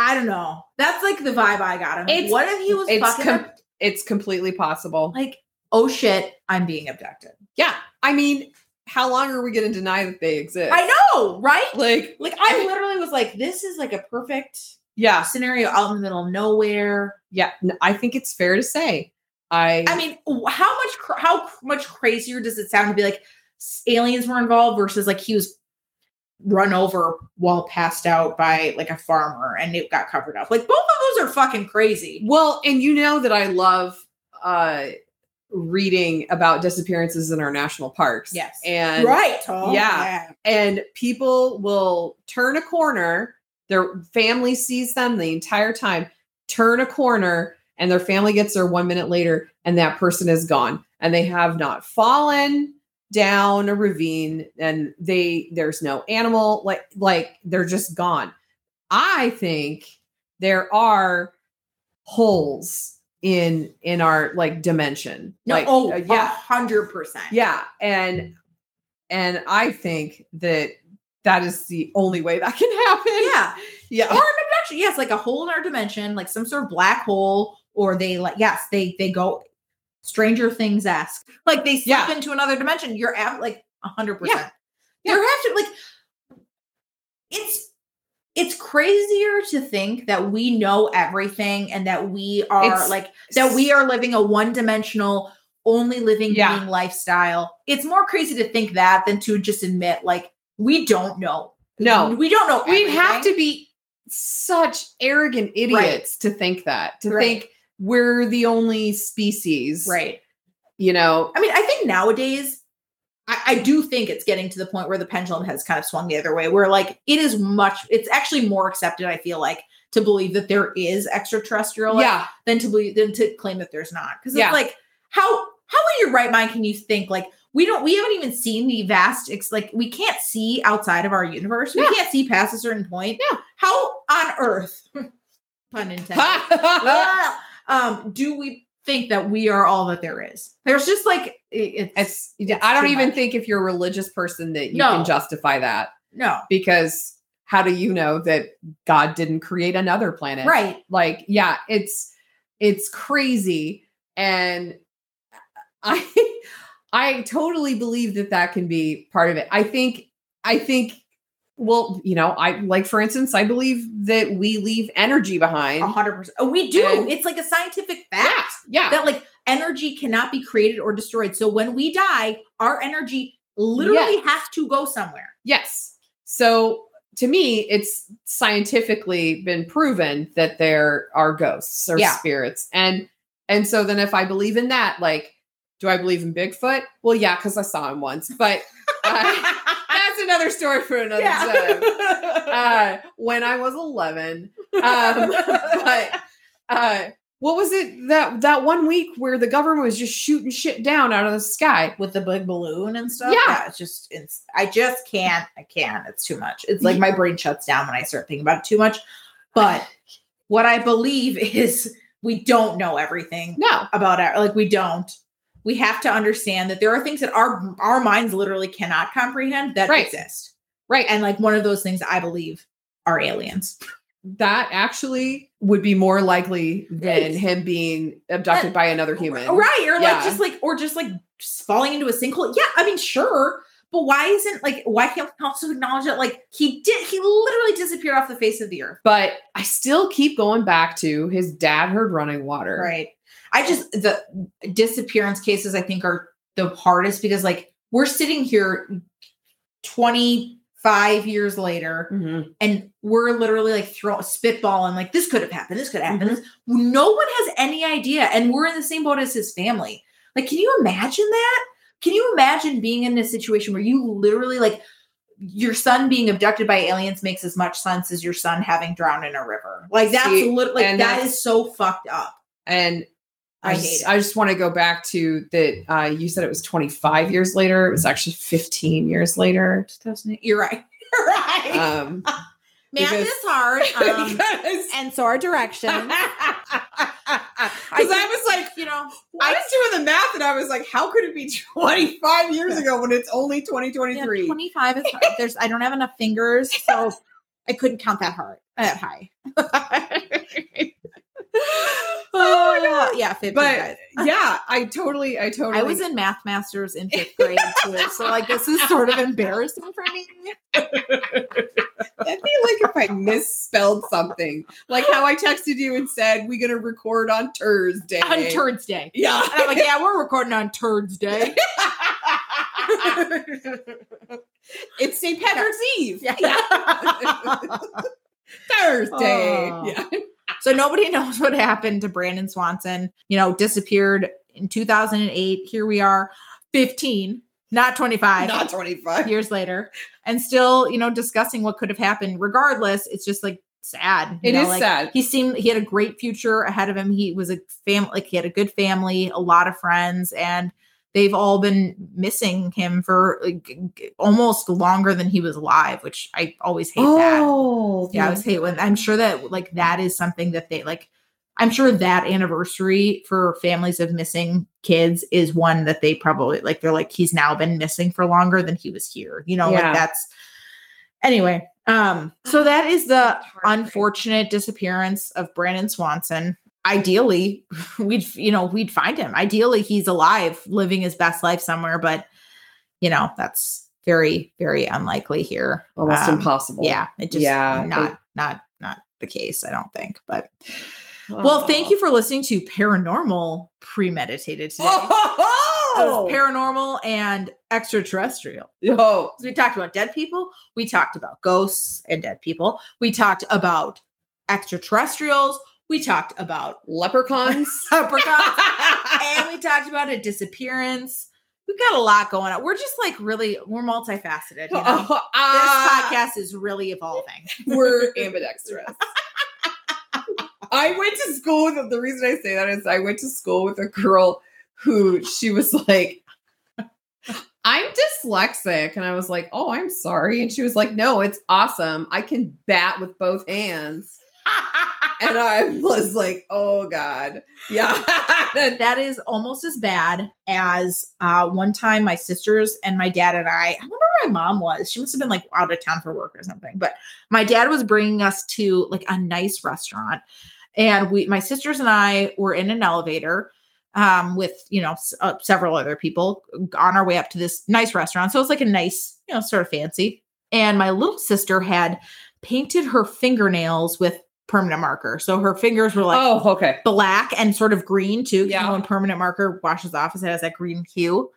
I don't know. That's like the vibe I got. I mean,
It's-
what if he was
it's
fucking
com-
ab-
it's completely possible
like, oh shit, I'm being abducted.
Yeah. I mean, how long are we going to deny that they exist?
I know, right?
Like,
Like, I literally was like, this is like a perfect uh,
yeah.
scenario out in the middle of nowhere.
Yeah. N- I think it's fair to say. I,
I mean, w- how much, cr- how much crazier does it sound to be like s- aliens were involved versus like he was run over while passed out by like a farmer and it got covered up. Like both of those are fucking crazy.
Well, and you know that I love uh reading about disappearances in our national parks.
Yes.
And
right. Tom?
yeah. and people will turn a corner, their family sees them the entire time, turn a corner and their family gets there 1 minute later and that person is gone and they have not fallen down a ravine and they there's no animal like like they're just gone. I think there are holes in in our like dimension.
No,
like
oh,
uh,
yeah. 100%.
yeah, and and I think that that is the only way that can happen.
Yeah. or
Yeah.
an abduction. Yes, like a hole in our dimension, like some sort of black hole, or they like yes, they they go Stranger Things esque, like they slip
Yeah.
into another dimension. You're at like hundred
Yeah.
percent. There have to like it's it's crazier to think that we know everything and that we are
It's-
like that we are living a one dimensional only living
Yeah.
being lifestyle. It's more crazy to think that than to just admit like we don't know.
No.
we don't know.
We'd have
everything.
to be such arrogant idiots to think that, to
Right.
think we're the only species.
right.
You know,
I mean, I think nowadays, I, I do think it's getting to the point where the pendulum has kind of swung the other way, where like it is much, it's actually more accepted, I feel like, to believe that there is extraterrestrial life
yeah.
than to believe than to claim that there's not. Because
Yeah.
it's like, how how in your right mind can you think like we don't we haven't even seen the vast ex- like we can't see outside of our universe. We
Yeah.
can't see past a certain point.
Yeah.
How on earth? Pun intended um, do we think that we are all that there is? There's just like it- it's,
It's, I don't
too
even
much.
think if you're a religious person that you
No.
can justify that
no
because how do you know that God didn't create another planet?
right.
like yeah it's it's crazy and i i totally believe that that can be part of it i think i think well you know i like for instance i believe that we leave energy behind
A hundred percent. Oh, We do.
And-
it's like a scientific
yeah
fact
yeah
that like energy cannot be created or destroyed. So when we die, our energy literally has to go somewhere.
yes so to me it's scientifically been proven that there are ghosts or
Yeah.
spirits and and so then if i believe in that like do i believe in bigfoot well yeah because i saw him once but uh, that's another story for another time. Uh, when I was 11, um, but uh, what was it that that one week where the government was just shooting shit down out of the sky?
With the big balloon and stuff.
Yeah.
it's just it's I just can't. I can't. It's too much. It's like my brain shuts down when I start thinking about it too much. But what I believe is we don't know everything.
No,
about our like we don't we have to understand that there are things that our our minds literally cannot comprehend that
Right.
exist
right? And
and like one of those things i believe are aliens
that actually would be more likely than
Yes.
him being abducted by another human,
right or
Yeah.
like just like or just like just falling into a sinkhole yeah i mean sure but why isn't like why can't we also acknowledge that like he did he literally disappeared off the face of the earth
But I still keep going back to his dad heard running water.
right i just the disappearance cases i think are the hardest because like we're sitting here 25 years later
Mhm.
and we're literally like throw spitballing like this could have happened this could have
Mm-hmm.
happened no one has any idea and we're in the same boat as his family like can you imagine that can you imagine being in a situation where you literally like your son being abducted by aliens makes as much sense as your son having drowned in a river like that's
See,
lit- like
and
that
that's-
is so fucked up
And
i,
just,
hate it
I just want to go back to that. Uh, you said it was 25 years later. It was actually 15 years later.
you're right you're right
Um,
math
because-
is hard um,
because
and so are directions
I, was like,
you know
I was doing the math, and I was like, how could it be 25 years ago when it's only 2023?
Yeah, 25 is hard. There's I don't have enough fingers, so I couldn't count that hard that high.
Oh,
Uh, yeah, 50
But
guys.
yeah, I totally, I totally.
I was in math masters in fifth grade too, so like this is sort of embarrassing for me.
That'd be like if I misspelled something, like how I texted you and said we're gonna record on Thursday.
On Turds Day.
yeah.
And I'm like, yeah, we're recording on Turds Day.
It's St. Patrick's Eve.
Yeah.
Thursday.
Oh.
Yeah.
So nobody knows what happened to Brandon Swanson. You know, disappeared in 2008. Here we are, 15, not 25
Not 25.
years later, and still, you know, discussing what could have happened. Regardless, it's just like sad. you
It
know,
is
like,
sad.
He seemed he had a great future ahead of him. He was a family, like he had a good family, a lot of friends, and they've all been missing him for like, g- g- almost longer than he was alive, which I always hate that.
Oh,
Yeah, I was hate when I'm sure that like that is something that they like. I'm sure that anniversary for families of missing kids is one that they probably like. They're like he's now been missing for longer than he was here. You know,
Yeah.
like that's anyway. Um, so that is the unfortunate disappearance of Brandon Swanson. Ideally, we'd you know we'd find him. Ideally, he's alive, living his best life somewhere. But you know that's very very unlikely here.
Almost
Um,
impossible.
yeah it just
Yeah,
not
it-
not not the case i don't think but
Oh.
well thank you for listening to paranormal premeditated today It was
Oh,
paranormal and extraterrestrial
Yo.
So we talked about dead people we talked about ghosts and dead people we talked about extraterrestrials we talked about
leprechauns. Uh,
leprechauns and we talked about a disappearance we've got a lot going on we're just like really we're multifaceted you know?
Oh,
this
ah,
podcast is really evolving
we're ambidextrous. I went to school with the reason I say that is I went to school with a girl who she was like, I'm dyslexic. And I was like, Oh, I'm sorry. And she was like, No, it's awesome. I can bat with both hands. And I was like, Oh God. Yeah.
that is almost as bad as uh, one time my sisters and my dad and I, I wonder where my mom was. She must have been like out of town for work or something. But my dad was bringing us to like a nice restaurant. And we, my sisters and I were in an elevator um, with, you know, s- uh, several other people on our way up to this nice restaurant. So it's like a nice, you know, sort of fancy. And my little sister had painted her fingernails with permanent marker. So her fingers were like
oh, okay.
black and sort of green too. Yeah.
Yeah.
when permanent marker washes off, it has that green hue.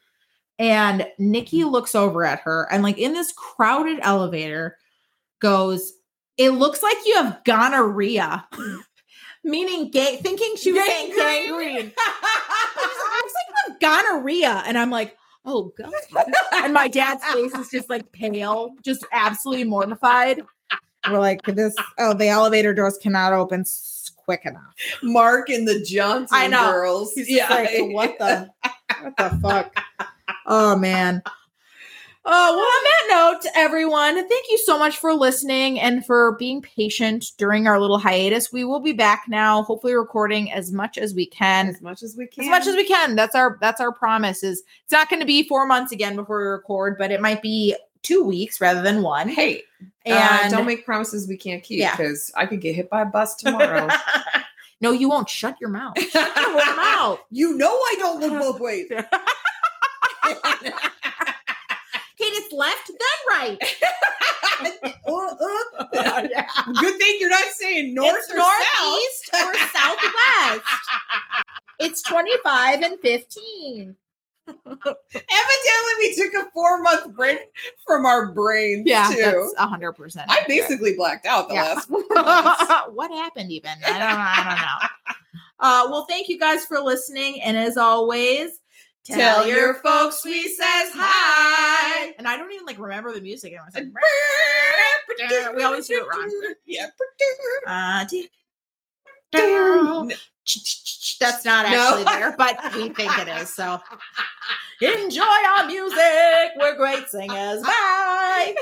And Nikki looks over at her and, like, in this crowded elevator, goes, It looks like you have gonorrhea, meaning gay, thinking she was saying gangrene. It looks like you have gonorrhea. And I'm like, Oh, God. And my dad's face is just like pale, just absolutely mortified. We're like, This, oh, the elevator doors cannot open s- quick enough.
Mark and the Johnson
I know.
girls.
He's just like, what the what the fuck? Oh man. Oh, well, on that note, everyone, thank you so much for listening and for being patient during our little hiatus. We will be back now, hopefully recording as much as we can.
as much as we can.
As much as we can. That's our that's our promise. Is it's not gonna be four months again before we record, but it might be two weeks rather than one.
Hey, and
And
Uh, don't make promises we can't keep
Yeah.
because I could get hit by a bus tomorrow.
no, you won't shut your mouth. Shut your little mouth.
you know I don't look both ways.
Kate, it's left, then right.
Uh-uh. Good thing you're not saying north
it's
or south.
northeast or southwest. It's 25 and 15.
Evidently, we took a four month break from our brains
Yeah,
too.
that's 100%.
I basically blacked out the
Yeah.
last four months.
what happened even? I don't, I don't know. Uh, well, thank you guys for listening. And as always,
Tell your folks we says hi.
And I don't even like remember the music. I was like,
we
We always do it wrong.
Yeah.
uh, dee-
No.
That's not
No.
actually there, but we think it is. So enjoy our music. We're great singers. Bye.